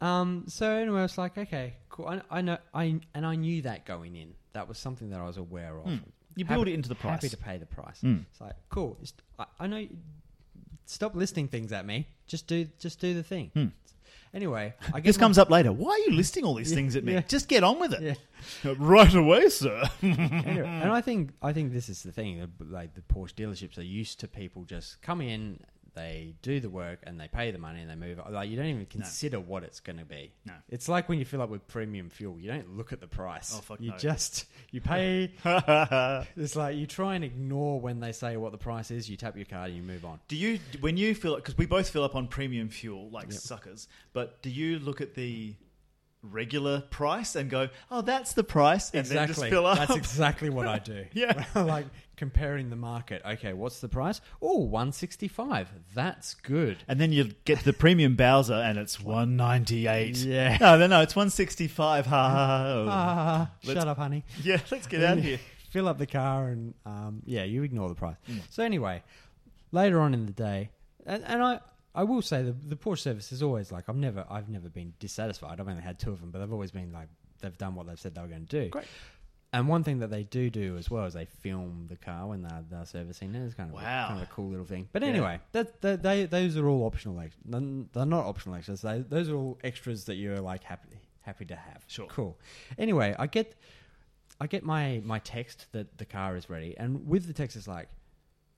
Um, so anyway, I was like, okay, cool. I, I know, I and I knew that going in that was something that I was aware of. Mm. You build Happy- it into the price. Happy to pay the price. Mm. It's like cool. It's, I, I know. Stop listing things at me. Just do just do the thing. Hmm. Anyway, I guess This comes up later. Why are you listing all these Yeah, things at me? yeah. Just get on with it. Yeah. Right away, sir. Anyway, and I think I think this is the thing. uh, Like the Porsche dealerships are used to people just come in, they do the work, and they pay the money, and they move. on. Like you don't even consider what it's going to be. No. it's like when you fill up with premium fuel, you don't look at the price. Oh, fuck you no. just you pay. it's like you try and ignore when they say what the price is. You tap your card and you move on. do you, when you fill up, because we both fill up on premium fuel like Yep. suckers, but do you look at the regular price and go, oh, that's the price, and then just fill up? That's exactly what I do. Yeah. like comparing the market. Okay, what's the price? Oh, 165. That's good. and then you get the premium Bowser and it's 198. Yeah. No, no, no, it's 165. Ha ha, ha. Ah, Let's- shut up, honey. Yeah, let's get out of here. Fill up the car and um, yeah, you ignore the price. Mm. So anyway, later on in the day, and, and I I will say the the Porsche service is always like I've never I've never been dissatisfied. I've only had two of them, but they've always been like they've done what they've said they were going to do. Great. And one thing that they do do as well is they film the car when they're, they're servicing it. It's kind of, Wow. a, kind of a cool little thing. But Yeah. anyway, that, that they those are all optional. Ex- n- they're not optional extras. They, those are all extras that you're like happy happy to have. Sure. Cool. Anyway, I get I get my my text that the car is ready, and with the text it's like,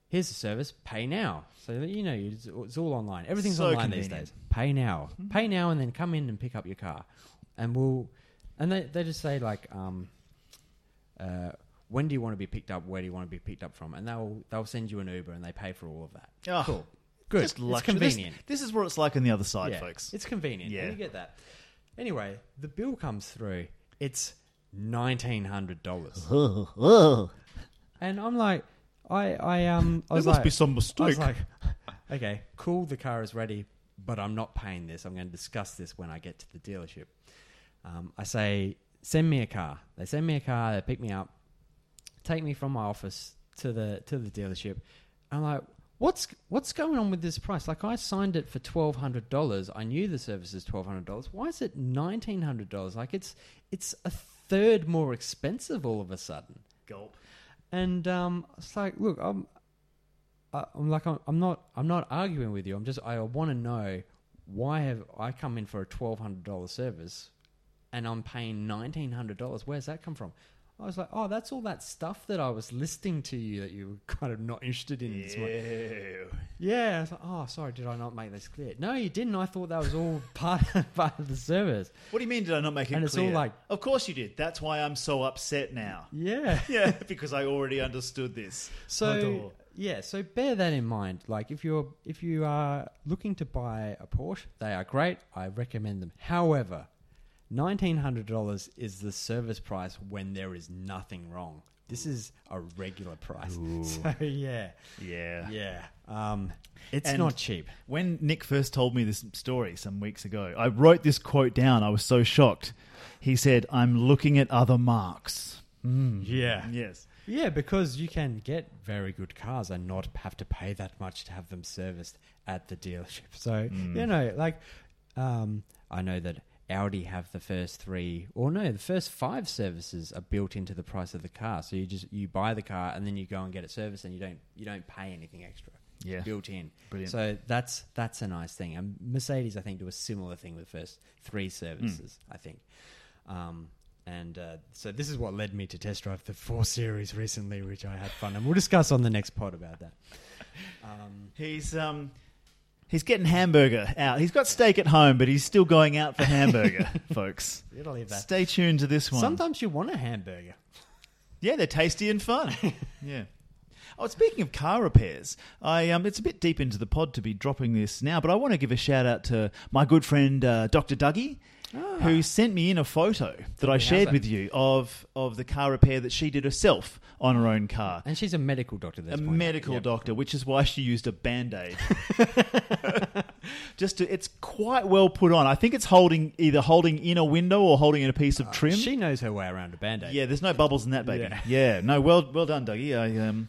here's the service, pay now. So that you know it's, it's all online. Everything's So online these convenient. Mm-hmm. days. Pay now, pay now, and then come in and pick up your car, and we'll and they they just say like um uh. When do you want to be picked up? Where do you want to be picked up from? And they'll they'll send you an Uber, and they pay for all of that. Oh, Cool, good. Just it's luxury. This- convenient. This, is what it's like on the other side, Yeah, folks. It's convenient. Yeah. Yeah. You get that. Anyway, the bill comes through. It's nineteen hundred dollars, Ugh, ugh. and I'm like, I, I, um, I There was must like, be some I was mistake. like, okay, cool. The car is ready, but I'm not paying this. I'm going to discuss this when I get to the dealership. Um, I say, send me a car. They send me a car. They pick me up, take me from my office to the to the dealership. I'm like, what's what's going on with this price? Like, I signed it for twelve hundred dollars. I knew the service is twelve hundred dollars. Why is it nineteen hundred dollars? Like, it's it's a third more expensive all of a sudden. Gulp. And um, it's like, look, I'm, I, I'm like, I'm, I'm not, I'm not arguing with you. I'm just, I want to know why have I come in for a twelve hundred dollar service, and I'm paying nineteen hundred dollars? Where's that come from? I was like, oh, that's all that stuff that I was listing to you that you were kind of not interested in. this morning. Ew. Yeah. I was like, oh, sorry, did I not make this clear? No, you didn't. I thought that was all part part of the service. What do you mean? Did I not make it And it's all clear? like- of course you did. That's why I'm so upset now. Yeah. Yeah, because I already understood this. So Adore. yeah, so bear that in mind. Like if you're if you are looking to buy a Porsche, they are great. I recommend them. However, nineteen hundred dollars is the service price when there is nothing wrong. This is a regular price. So yeah, yeah, yeah. Um, it's And- not cheap. When Nick first told me this story some weeks ago, I wrote this quote down. I was so shocked. He said, "I'm looking at other marks." Hmm. Yeah, Yes. yeah. Because you can get very good cars and not have to pay that much to have them serviced at the dealership. So you know, like, um, I know that Audi have the first three, or no, the first five services are built into the price of the car. So you just you buy the car and then you go and get it serviced, and you don't you don't pay anything extra. It's Yeah. built in. Brilliant. So that's that's a nice thing. And Mercedes, I think, do a similar thing with the first three services. I think. Um, and uh, so this is what led me to test drive the four series recently, which I had fun, and we'll discuss on the next pod about that. Um, He's um, he's getting hamburger out. He's got steak at home, but he's still going out for hamburger, folks. it'll leave that. Stay tuned to this one. Sometimes you want a hamburger. Yeah, they're tasty and fun. yeah. Oh, speaking of car repairs, I um, it's a bit deep into the pod to be dropping this now, but I want to give a shout out to my good friend uh, Dr. Dougie, who sent me in a photo that I how's shared that? with you of of the car repair that she did herself on her own car. And she's a medical doctor. at A this point. medical Yep. doctor, which is why she used a band aid. Just to, it's quite well put on. I think it's holding either holding in a window or holding in a piece of trim. She knows her way around a band aid. Yeah, there's no bubbles in that baby. Yeah, Yeah. no, well, well done, Dougie. I um,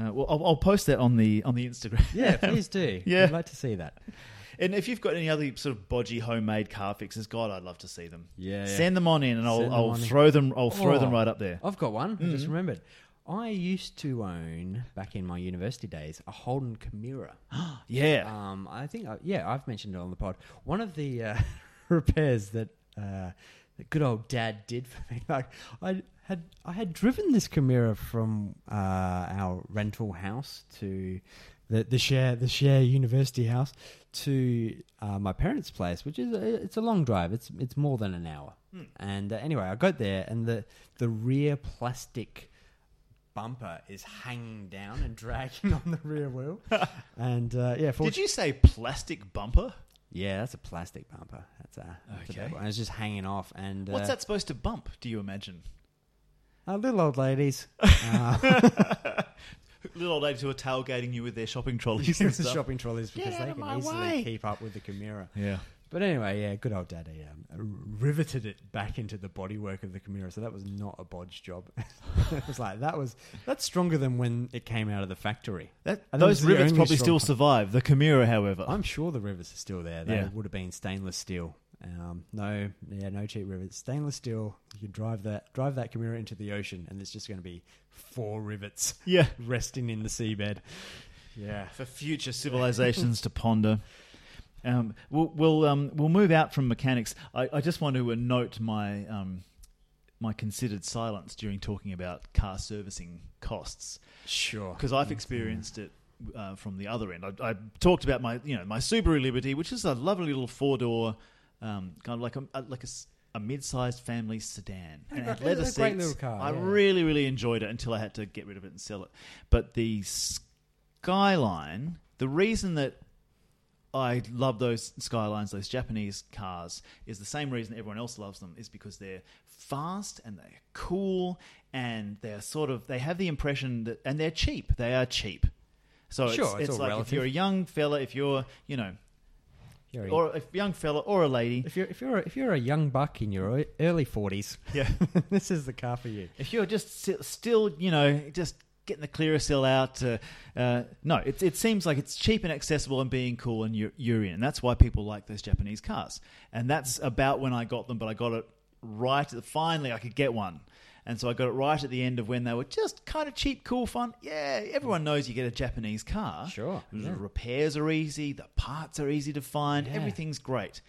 uh, well, I'll, I'll post that on the on the Instagram. Yeah, please do. Yeah. I'd like to see that. And if you've got any other sort of bodgy homemade car fixes, God, I'd love to see them. Yeah, yeah. Send them on in, and Send them I'll, I'll on in. throw them. I'll throw them Oh. right up there. I've got one. I just remembered. I used to own back in my university days a Holden Chimera. Yeah. Um, I think I, yeah, I've mentioned it on the pod. One of the uh, repairs that uh, that good old Dad did for me, like I had I had driven this Chimera from uh, our rental house to the the share the share university house to uh, my parents' place, which is a, it's a long drive. It's it's more than an hour. Hmm. And uh, anyway, I got there, and the the rear plastic bumper is hanging down and dragging on the rear wheel. And uh, yeah, for Did you say plastic bumper? yeah, that's a plastic bumper. That's a that's a Okay. bad one. And it's just hanging off. And What's uh, that supposed to bump? Do you imagine? Uh, little old ladies, uh, Little old ladies who are tailgating you with their shopping trolleys and stuff. shopping trolleys Get because out they of can my easily way. keep up with the Chimera. Yeah. But anyway, yeah, good old daddy um, riveted it back into the bodywork of the Chimera, so that was not a bodge job. it was like that was that's stronger than when it came out of the factory. That, And that was those the rivets only probably strong still point. survive. The Chimera, however. I'm sure the rivets are still there. They Yeah. would have been stainless steel. Um, no, yeah, no cheap rivets. Stainless steel. You can drive that drive that Chimera into the ocean, and there's just going to be four rivets yeah. resting in the seabed. Yeah. For future civilizations to ponder. Um, we'll we'll, um, we'll move out from mechanics. I, I just want to uh, note my um, my considered silence during talking about car servicing costs. Sure. because I've experienced it uh, from the other end. I, I talked about my you know my Subaru Liberty, which is a lovely little four door, um, kind of like a, a like a, s- a mid-sized family sedan. They're And it gre- had leather they're great seats. little car, I yeah. really really enjoyed it until I had to get rid of it and sell it. But the Skyline, the reason that I love those skylines, those Japanese cars, is the same reason everyone else loves them, is because they're fast and they're cool and they're sort of, they have the impression that, and they're cheap. They are cheap. So it's, Sure, it's it's, all like relative. if you're a young fella, if you're, you know, You're a- or a young fella or a lady, if you're if you're a, if you're a young buck in your ear- early forties, yeah. this is the car for you. if you're just si- still, you know, just getting the clearer cell out, uh, uh, no, it, it seems like it's cheap and accessible and being cool and you're, you're in. That's why people like those Japanese cars. And that's about when I got them, but I got it right. At, finally, I could get one. And so I got it right at the end of when they were just kind of cheap, cool, fun. Yeah, everyone knows you get a Japanese car. Mm. Sure, The yeah. Repairs are easy. The parts are easy to find. Yeah. Everything's great.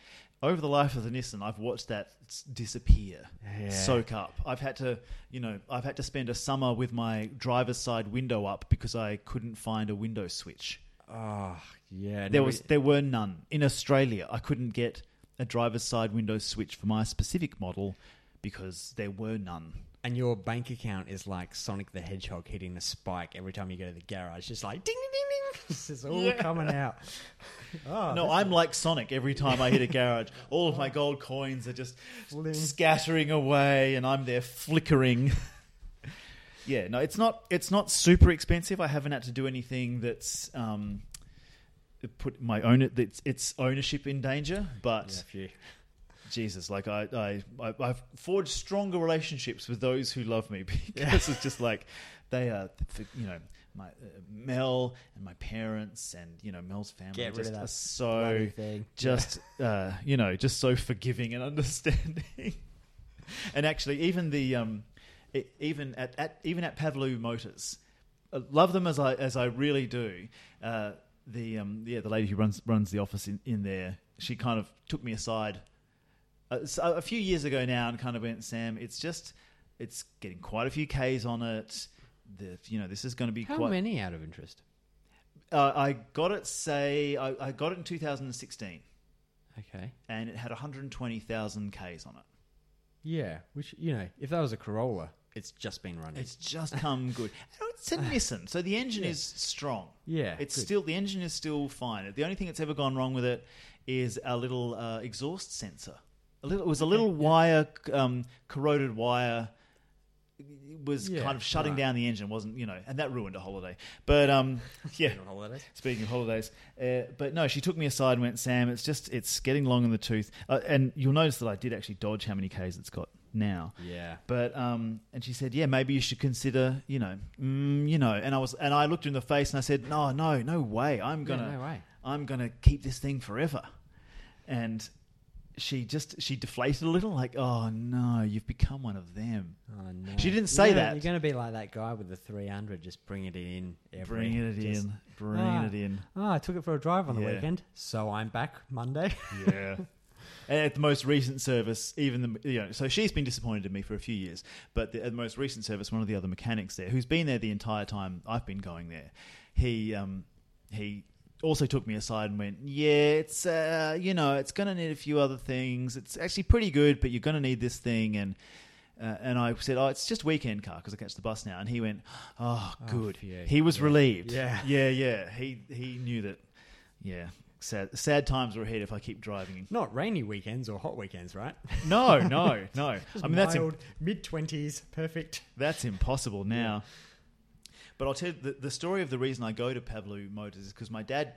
Over the life of the Nissan, I've watched that s- disappear Yeah. soak up. I've had to, you know, I've had to spend a summer with my driver's side window up because I couldn't find a window switch. Oh, yeah. There no, was it- there were none in Australia. I couldn't get a driver's side window switch for my specific model because there were none. and your bank account is like Sonic the Hedgehog hitting a spike every time you go to the garage, just like ding ding ding ding. This is all coming out. Oh, no, I'm like Sonic every time I hit a garage. All of my gold coins are just Flim. scattering away and I'm there flickering. yeah, no, it's not it's not super expensive. I haven't had to do anything that's um put my own it's, it's ownership in danger, but Yeah, phew. Jesus, like I, I, I, I've forged stronger relationships with those who love me because it's just like they are, th- you know, my uh, Mel and my parents and you know Mel's family Get rid just of that are so bloody thing. just uh, you know just so forgiving and understanding. and actually, even the um, e- even at, at even at Pavlou Motors, uh, love them as I as I really do. Uh, the um, yeah, the lady who runs runs the office in, in there, she kind of took me aside uh, so a few years ago now and kind of went, Sam, it's just it's getting quite a few Ks on it. The, you know, this is going to be How quite. many out of interest? Uh, I got it. Say, I, I got it in 2016, Okay. and it had 120,000 Ks on it. Yeah, which you know, if that was a Corolla, it's just been running. It's just come good. And It's a Nissan, so the engine Yeah. is strong. yeah, It's good. still the engine is still fine. The only thing that's ever gone wrong with it is a little uh, exhaust sensor. A little, it was a little wire, um, corroded wire, was Yeah, kind of shutting right. down the engine. wasn't you know, and that ruined a holiday. But um, yeah, Been on holidays. Speaking of holidays, uh, but no, she took me aside and went, Sam, it's just it's getting long in the tooth, uh, and you'll notice that I did actually dodge how many k's it's got now. Yeah. But um, and she said, yeah, maybe you should consider, you know, mm, you know. And I was, and I looked her in the face and I said, no, no, no way, I'm Yeah, gonna, no way. I'm going to keep this thing forever. And she just she deflated a little, like, oh no, you've become one of them. Oh, no. She didn't say You're gonna- that. You're going to be like that guy with the 300, just bringing it in. Every, Bring it just, in, bring Ah. it in. Oh, I took it for a drive on the Yeah. weekend, so I'm back Monday. Yeah. And at the most recent service, even the you know, so she's been disappointed in me for a few years. But the, at the most recent service, one of the other mechanics there, who's been there the entire time I've been going there, he um, he also took me aside and went, "Yeah, it's uh, you know, it's going to need a few other things. It's actually pretty good, but you're going to need this thing." And uh, and I said, "Oh, it's just weekend car because I catch the bus now." And he went, "Oh, Oh, good." phew. he was Yeah. relieved. Yeah. yeah, yeah. He he knew that. Yeah. Sad, sad times are ahead if I keep driving Not rainy weekends or hot weekends, right? no, no, no. I mean, that's im- Mild, mid 20s, perfect. that's impossible now. But I'll tell you the, the story of the reason I go to Pavlu Motors is because my dad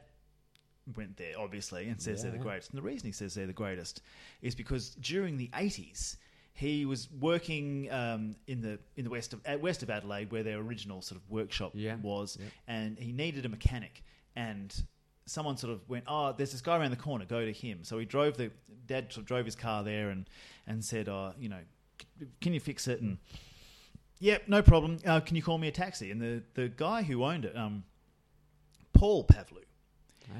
went there, obviously, and says they're Yeah. the greatest. And the reason he says they're the greatest is because during the eighties. He was working um, in the in the west of uh, west of Adelaide, where their original sort of workshop Yeah. was, Yep. and he needed a mechanic. And someone sort of went, "Oh, there's this guy around the corner. Go to him." So he drove the dad sort of drove his car there and and said, "Oh, you know, c- can you fix it?" And Yep, no problem. Uh, can you call me a taxi? And the, the guy who owned it, um, Paul Pavlu,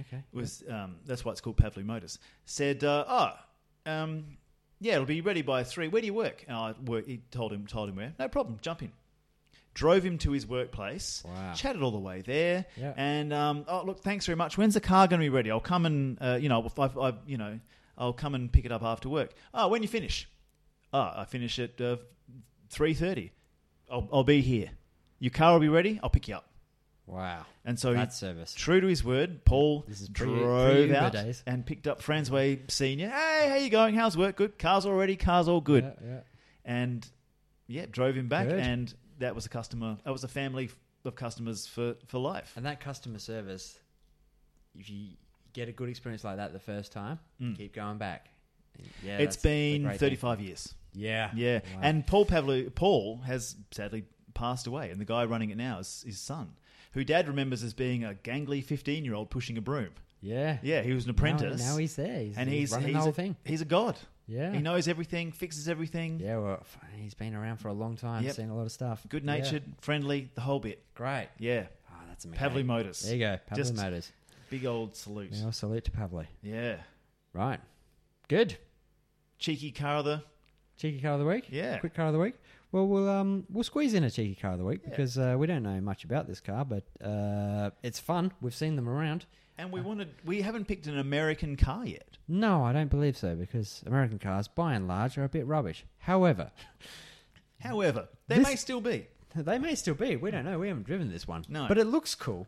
Okay. was um, that's why it's called Pavlu Motors, said, uh, "Oh, um, yeah, it'll be ready by three. Where do you work?" And I work, he told him told him where. No problem. Jump in. Drove him to his workplace. Wow. Chatted all the way there. Yeah. And um, oh, look, thanks very much. When's the car going to be ready? I'll come and uh, you know, if I've, I've you know, I'll come and pick it up after work. Oh, when you finish? Oh, I finish at uh, three thirty. I'll, I'll be here. Your car will be ready. I'll pick you up. Wow. And so he that service. True to his word, Paul This is pre- drove pre-Uber out days. and picked up Franzway Senior. Hey, how you going? How's work? Good. Car's all ready. Car's all good. Yeah, yeah. And yeah, drove him back, Good. and that was a customer. That was a family of customers for for life. And that customer service, if you get a good experience like that the first time, Mm. keep going back. And Yeah, it's that's the been great thing. 35 years. Yeah. Yeah, Wow. and Paul Pavlu Paul has sadly passed away, and the guy running it now is his son, who Dad remembers as being a gangly 15 year old pushing a broom. Yeah. Yeah, he was an Now- apprentice, Now, he's there. He's, and he's running he's the whole a, thing. He's a god. Yeah. He knows everything, fixes everything. yeah, well, f- he's been around for a long time, Yep. seen a lot of stuff. Good Yeah. natured, friendly, the whole bit. Great. Yeah. Oh, that's a Pavli mechanic. Motors. There you go. Pavli Just- Motors. Big old salute. Now, salute to Pavli. Yeah. Right. Good. Cheeky car of the. Cheeky car of the week. Yeah. Quick car of the week. Well, we'll um we'll squeeze in a cheeky car of the week Yeah. because uh, we don't know much about this car, but uh, it's fun. We've seen them around. And we wanted. We haven't picked an American car yet. No, I don't believe so because American cars, by and large, are a bit rubbish. However, Mm. However, they This- may still be. they may still be. We don't know. We haven't driven this one. No. but it looks cool,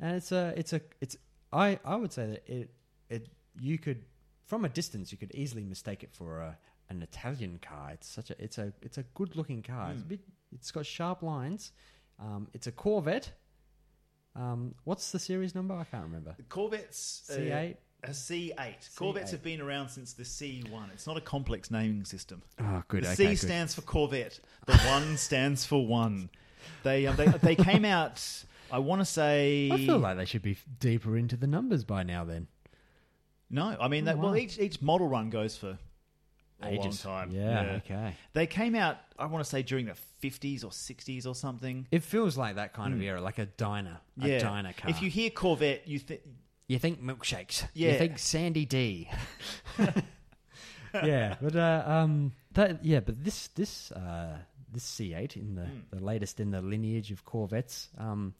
and it's a it's a it's I I would say that it it you could from a distance you could easily mistake it for a an Italian car. It's such a it's a it's a good looking car. It's a Mm. bit it's got sharp lines. Um, it's a Corvette. Um, what's the series number? I can't remember. Corvettes. uh, C eight. A C8. Corvettes C8. have been around since the C1. It's not a complex naming system. Oh, good. the okay, C good. stands for Corvette. The one stands for one. They um, they, they came out. I want to say. I feel like they should be f- deeper into the numbers by now. Then No, I Oh, mean that. Well, wow. each each model run goes for a Ages. long time. Yeah, Okay. They came out, I want to say, during the 50s or 60s or something. It feels like that kind of Mm. era, like a diner, yeah. a diner car. If you hear Corvette, you think. You think milkshakes. Yeah. You think Sandy D. yeah, but uh, um, that yeah, but this this uh, this C8 in the Mm. the latest in the lineage of Corvettes. Um,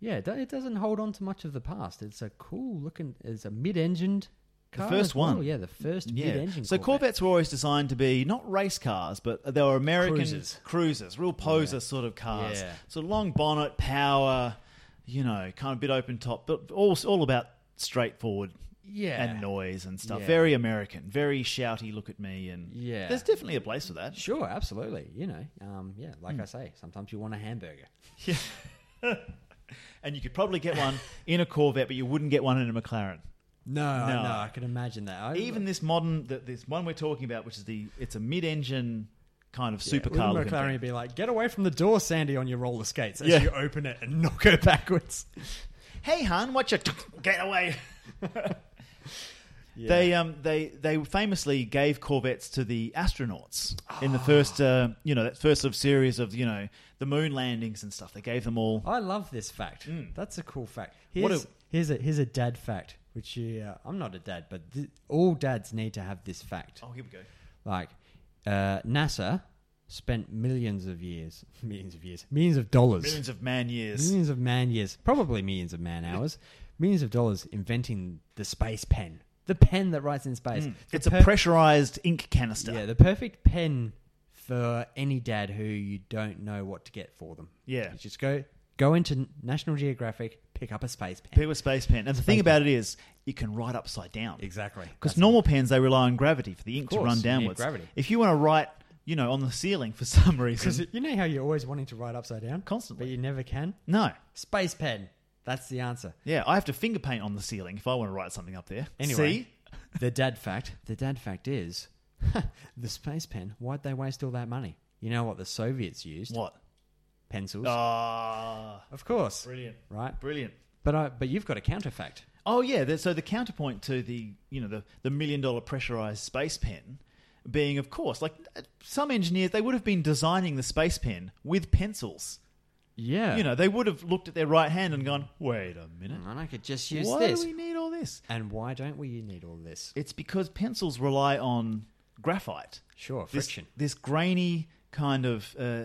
yeah, it do- it doesn't hold on to much of the past. It's a cool looking. It's a mid-engined The car. first as well. one. Yeah, the first Yeah. mid-engine. So Corvette. Corvettes were always designed to be not race cars, but they were American Cruisers. cruisers, real poser Yeah. sort of cars. Yeah. So long bonnet, power, you know, kind of bit open top, but all, all about straightforward Yeah. and noise and stuff. Yeah. Very American, very shouty, look at me. And Yeah. there's definitely a place for that. Sure, absolutely. You know, um, yeah, like Mm. I say, sometimes you want a hamburger. And you could probably get one in a Corvette, but you wouldn't get one in a McLaren. No, I No. know. I can imagine that. I, even this modern th this one we're talking about which is the it's a mid-engine kind of supercar Wouldn't looking McLaren thing. be like, get away from the door, Sandy, on your roller skates as Yeah. you open it and knock her backwards. "Hey, hon, what you get away?" Yeah. They um they they famously gave Corvettes to the astronauts in Ah. the first uh, you know that first sort of series of you know the moon landings and stuff. They gave them all. I love this fact. That's a cool fact. Here's, Mm. What a, a- here's a here's a dad fact, which uh, I'm not a dad, but th- all dads need to have this fact. Oh, here we go. Like uh, NASA spent millions of years, millions of years, millions of dollars, Millions of man years. millions of man years, probably millions of man hours, millions of dollars inventing the space pen, the pen that writes in space. The Mm. It's a per- pressurized ink canister. yeah, the perfect pen for any dad who you don't know what to get for them. Yeah. You just go go into National Geographic, pick up a space pen. Paper space pen. And the thing about it is, you can write upside down. Exactly. Because normal pens, they rely on gravity for the ink to course, run you need downwards. gravity. If you want to write, you know, on the ceiling for some because reason, you know how you're always wanting to write upside down, Constantly. but you never can. no. Space pen. That's the answer. Yeah, I have to finger paint on the ceiling if I want to write something up there. Anyway, See? the dad fact. The dad fact is the space pen. Why'd they waste all that money? You know what Oh. the Soviets used? What? Pencils. Ah, Of course. brilliant. Right. Brilliant. But I, but you've got a counterfact. Oh yeah, the- so the counterpoint to the you know the, the million dollar pressurized space pen being of course like uh, some engineers they would have been designing the space pen with pencils. Yeah. You know, they would have looked at their right hand and gone, "Wait a minute. and I could just use why this. do we need all this?" And why don't we need all this? It's because pencils rely on graphite. Sure, This- friction, This, grainy kind of uh,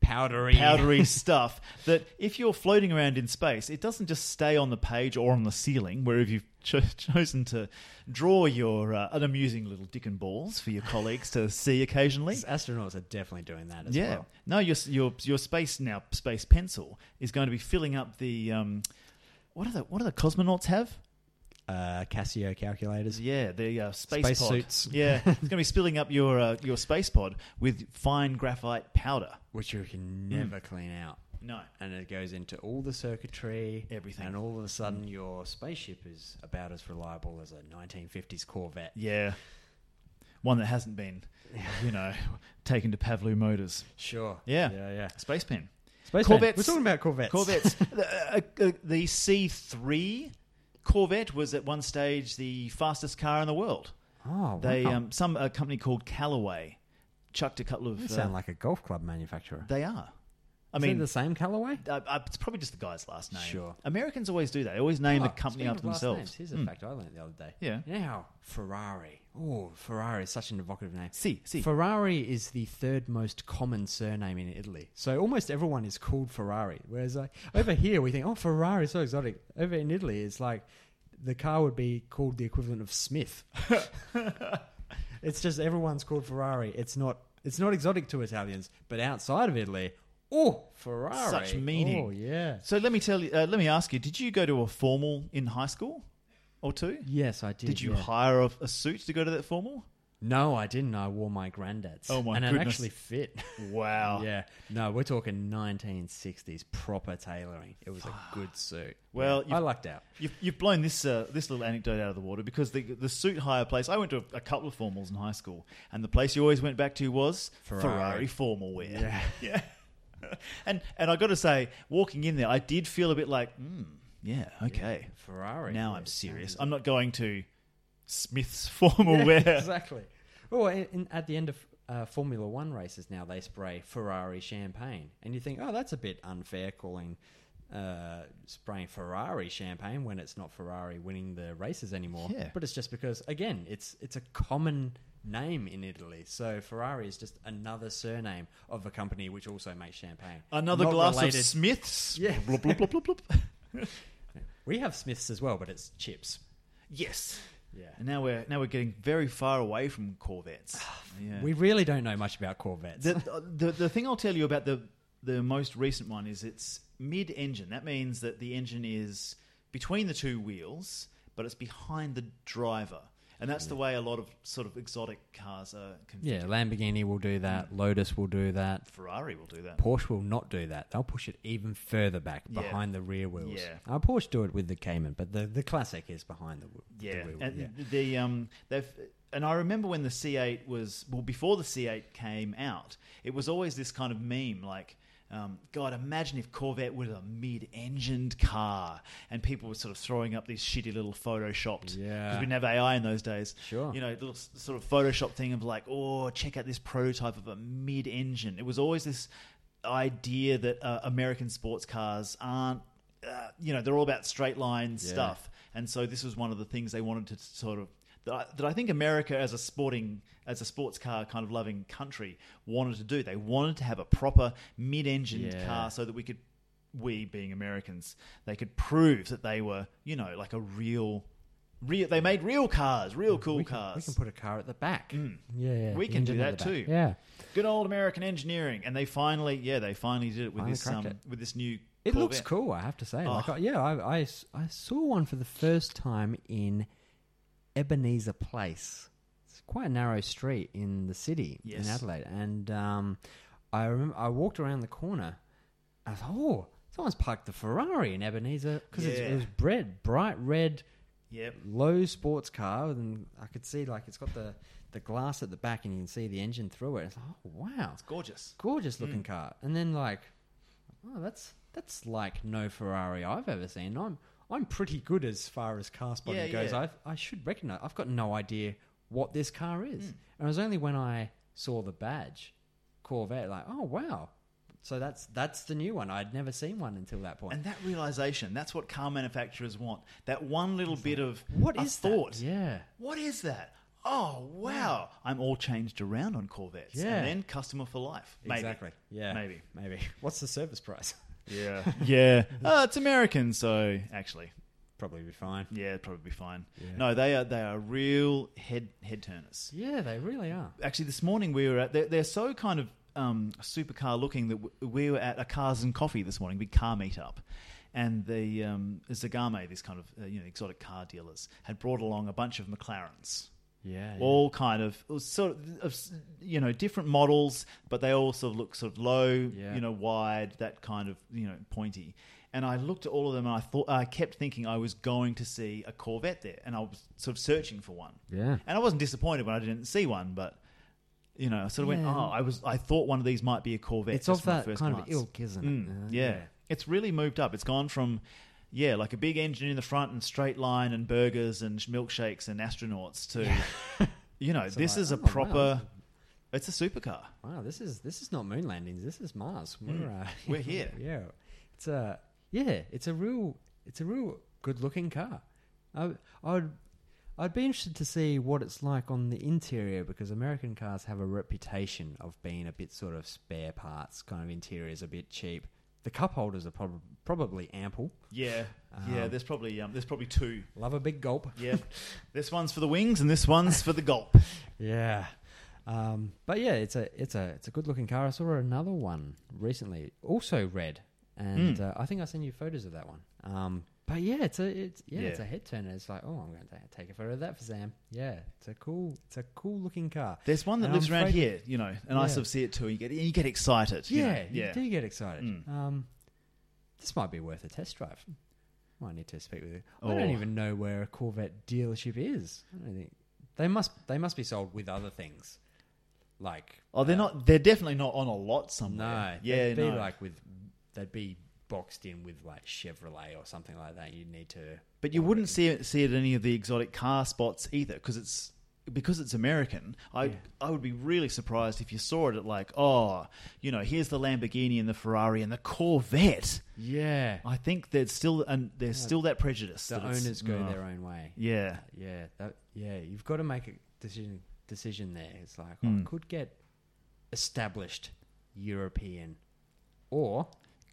powdery, powdery stuff that if you're floating around in space, it doesn't just stay on the page or on the ceiling, wherever you've cho- chosen to draw your uh, unamusing little dick and balls for your colleagues to see occasionally. These astronauts are definitely doing that as Yeah, well. no, your your your space now space pencil is going to be filling up the um, what are the what do the cosmonauts have? Uh, Casio calculators. Yeah, the uh, space, Space pod. suits. Yeah, it's going to be spilling up your uh, your space pod with fine graphite powder. Which you Mm. can never clean out. No. And it goes into all the circuitry, Everything. and all of a sudden your spaceship is about as reliable as a 1950s Corvette. Yeah. One that hasn't been, you know, taken to Pavlou Motors. Sure. Yeah. Yeah. Yeah. Space pen. Space Corvettes. We're talking about Corvettes. Corvettes. the, uh, uh, the C3 Corvette was at one stage the fastest car in the world. Oh, They wow. um, some a company called Callaway chucked a couple of You uh, sound like a golf club manufacturer. they are. I Is it mean, the same colorway. uh, uh, it's probably just the guy's last name. Sure. Americans always do that. They always name the Oh, company speaking after of last themselves. names, here's a Mm. fact I learned the other day. Yeah. You know how Ferrari. Oh, Ferrari is such an evocative name. Si, si. Ferrari is the third most common surname in Italy. So almost everyone is called Ferrari. Whereas like over here we think, oh, Ferrari is so exotic. Over in Italy, it's like the car would be called the equivalent of Smith. it's just everyone's called Ferrari. It's not. It's not exotic to Italians, but outside of Italy, oh, Ferrari, Such meaning. Oh, yeah. So let me tell you. Uh, let me ask you. Did you go to a formal in high school or two? Yes, I did. Did you yeah. hire a, a suit to go to that formal? No, I didn't. I wore my granddad's. Oh, my and it goodness. actually fit. Wow. yeah. No, we're talking 1960s proper tailoring. It was a good suit. Well, Yeah, you've- I lucked out. You've, you've blown this uh, this little anecdote out of the water because the the suit hire place. I went to a, a couple of formals in high school, and the place you always went back to was Ferrari. Ferrari, formal wear. Yeah. Yeah. and and I got to say, walking in there, I did feel a bit like, mm, yeah, okay, Ferrari. now Yeah, I'm it serious. sounds- I'm not going to Smith's formal wear. exactly. Well, in, in- at the end of uh, Formula One races now, they spray Ferrari champagne. And you think, oh, that's a bit unfair calling uh, spraying Ferrari champagne when it's not Ferrari winning the races anymore. Yeah. But it's just because, again, it's it's a common name in Italy. So Ferrari is just another surname of a company which also makes champagne. Another Not glass related- of Smith's. Yeah. Blub, blub, blub, blub, blub. we have Smiths as well, but it's chips. yes. Yeah. And now we're now we're getting very far away from Corvettes. Yeah. Ah, We really don't know much about Corvettes. the, the the thing I'll tell you about the the most recent one is it's mid-engine. That means that the engine is between the two wheels, but it's behind the driver, and that's the way a lot of sort of exotic cars are. Configured. yeah, Lamborghini will do that. Mm. Lotus will do that. Ferrari will do that. Porsche will not do that. They'll push it even further back Yeah. behind the rear wheels. Yeah. Our Porsche do it with the Cayman, but the, the classic is behind the, wh- Yeah, the wheel. and yeah. the um, they've and I remember when the C8 was well before the C8 came out, it was always this kind of meme like Um, God, imagine if Corvette was a mid-engined car, and people were sort of throwing up these shitty little photoshopped. Yeah. because we didn't have AI in those days. Sure. you know, little s- sort of Photoshop thing of like, oh, check out this prototype of a mid-engine. It was always this idea that uh, American sports cars aren't, uh, you know, they're all about straight line Yeah. stuff, and so this was one of the things they wanted to sort of. That I, that I think America, as a sporting, as a sports car kind of loving country, wanted to do. They wanted to have a proper mid-engine Yeah. car, so that we could, we being Americans, they could prove that they were, you know, like a real, real. They made real cars, real cool we can, cars. Mm. We can put a car at the back. Yeah, yeah. We the can do engine at that the back. too. Yeah. Good old American engineering, and they finally, yeah, they finally did it with Finally this cracked um, it. with this new. It looks Corvette. cool, I have to say. Like, Oh. I, yeah, I, I s- I saw one for the first time in Ebenezer Place. It's quite a narrow street in the city Yes. in Adelaide, and um, I remember I walked around the corner. I thought, oh, someone's parked the Ferrari in Ebenezer because it Yeah. was red, bright red, Yep. low sports car, and I could see like it's got the the glass at the back, and you can see the engine through it. It's like, oh wow, It's gorgeous. gorgeous looking Mm. car. And then like, oh, that's that's like no Ferrari I've ever seen. I'm I'm pretty good as far as car spotting Yeah, goes. yeah. I've, I should recognize. I've got no idea what this car is. Mm. And it was only when I saw the badge, Corvette, like, oh wow. So that's that's the new one. I'd never seen one until that point. And that realization, that's what car manufacturers want. That one little bit of what a is that? thought. Yeah. What is that? Oh wow. I'm all changed around on Corvettes. Yeah. And then customer for life. Maybe. Exactly. Yeah. Maybe. Maybe. What's the service price? Yeah. yeah. Uh, it's American, so actually. Probably be fine. Yeah, it'd probably be fine. Yeah. No, they are they are real head head turners. Yeah, they really are. actually this morning we were at they're, they're so kind of um, supercar looking that w- we were at a cars and coffee this morning big car meetup and the um, Zagame this kind of uh, you know exotic car dealers had brought along a bunch of McLarens Yeah. all kind of it was sort of, of s- you know different models but they all sort of look sort of low Yeah. you know wide that kind of you know pointy and I looked at all of them and I thought I kept thinking I was going to see a Corvette there and I was sort of searching for one yeah. and I wasn't disappointed when I didn't see one, but you know, I sort of Yeah. went, oh, I was, I thought one of these might be a Corvette. It's just of from that the first kind glance. of ilk, isn't it? Mm, Uh, yeah. it's really moved up. It's gone from, yeah, like a big engine in the front and straight line and burgers and sh- milkshakes and astronauts to, you know, So this like, is a oh, wow. proper, it's a supercar. Wow, this is this is not moon landings. This is Mars. We're uh, Hmm. We're here. yeah, it's a yeah, it's a real it's a real good looking car. I I'd I'd be interested to see what it's like on the interior because American cars have a reputation of being a bit sort of spare parts kind of interiors, a bit cheap. The cup holders are prob- probably ample. Yeah, yeah. Um, There's probably, um, there's probably two. Love a big gulp. Yeah, this one's for the wings and this one's for the gulp. Yeah. Um, but yeah, it's a it's a it's a good looking car. I saw another one recently, also red, and Hmm. uh, I think I sent you photos of that one. Um, but yeah, it's a it's yeah, it's a Yeah. head turner. It's like oh, I'm going to take a photo of that for Sam. Yeah, it's a cool it's a cool looking car. There's one that And lives I'm around afraid- here, you know, and I Yeah. sort of see it too. And you get, you get excited. you know, Yeah, you do get excited. Mm. Um, this might be worth a test drive. Might need to speak with you. I Oh. don't even know where a Corvette dealership is. I don't think they must they must be sold with other things, like Oh, they're uh, not. They're definitely not on a lot No, somewhere. yeah, they'd be no. like with they'd be boxed in with like Chevrolet or something like that. You'd need to, but you wouldn't see it see it at any of the exotic car spots either, because it's because it's American. I Yeah. I would be really surprised if you saw it at like, oh, you know, here's the Lamborghini and the Ferrari and the Corvette. yeah. I think there's still and there's still that prejudice. The that it's- owners go oh. their own way. Yeah, Yeah, that, yeah. You've got to make a decision. Decision there. It's like oh, I could get established European or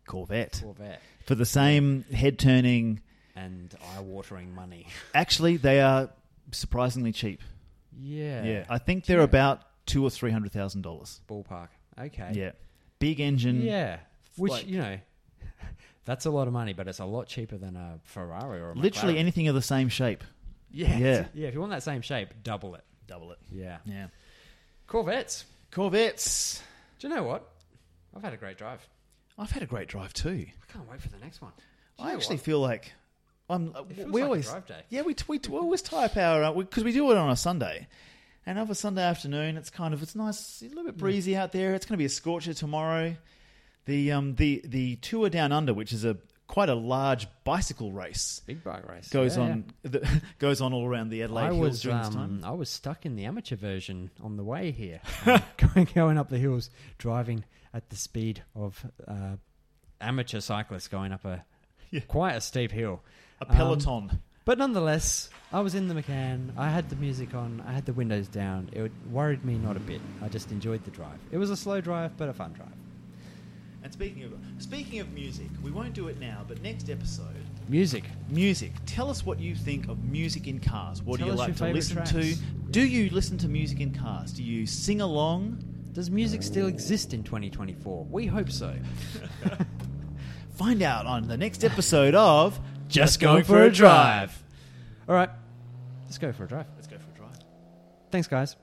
Corvette Corvette for the same head turning. and eye watering money. Actually, they are surprisingly cheap. Yeah. Yeah, I think they're Yeah. about two or three hundred thousand dollars. Ballpark. Okay. Yeah, big engine. Yeah. Which Like- you know. That's a lot of money, but it's a lot cheaper than a Ferrari or a Literally McLaren. anything of the same shape. Yeah. Yeah. Yeah, if you want that same shape, double it. Double it. Yeah. Yeah. Corvettes. Corvettes. Do you know what? I've had a great drive. I've had a great drive too. I can't wait for the next one. Do you I know actually what? feel like I'm. feels Uh, like we a always drive day. Yeah, we we, we always type our because we do it on a Sunday. And Mm. of a Sunday afternoon, it's kind of it's nice, a little bit breezy out there. It's going to be a scorcher tomorrow. The um the the Tour Down Under, which is a quite a large bicycle race, Big bike race goes Yeah, on The, goes on all around the Adelaide yeah. I Hills was during this time. um, I was stuck in the amateur version on the way here, Um, going going up the hills, driving at the speed of uh, amateur cyclists going up a Yeah. quite a steep hill. A um, peloton. But nonetheless, I was in the McCann. I had the music on. I had the windows down. It worried me not a bit. I just enjoyed the drive. It was a slow drive, but a fun drive. and speaking of speaking of music, we won't do it now, but next episode Music. Music. Tell us what you think of music in cars. What Tell do us you like your to favourite listen tracks. to? Do you listen to music in cars? Do you sing along? Does music still exist in 2024? We hope so. Find out on the next episode of Just Going for a Drive. All right, let's go for a drive. Let's go for a drive. Thanks, guys.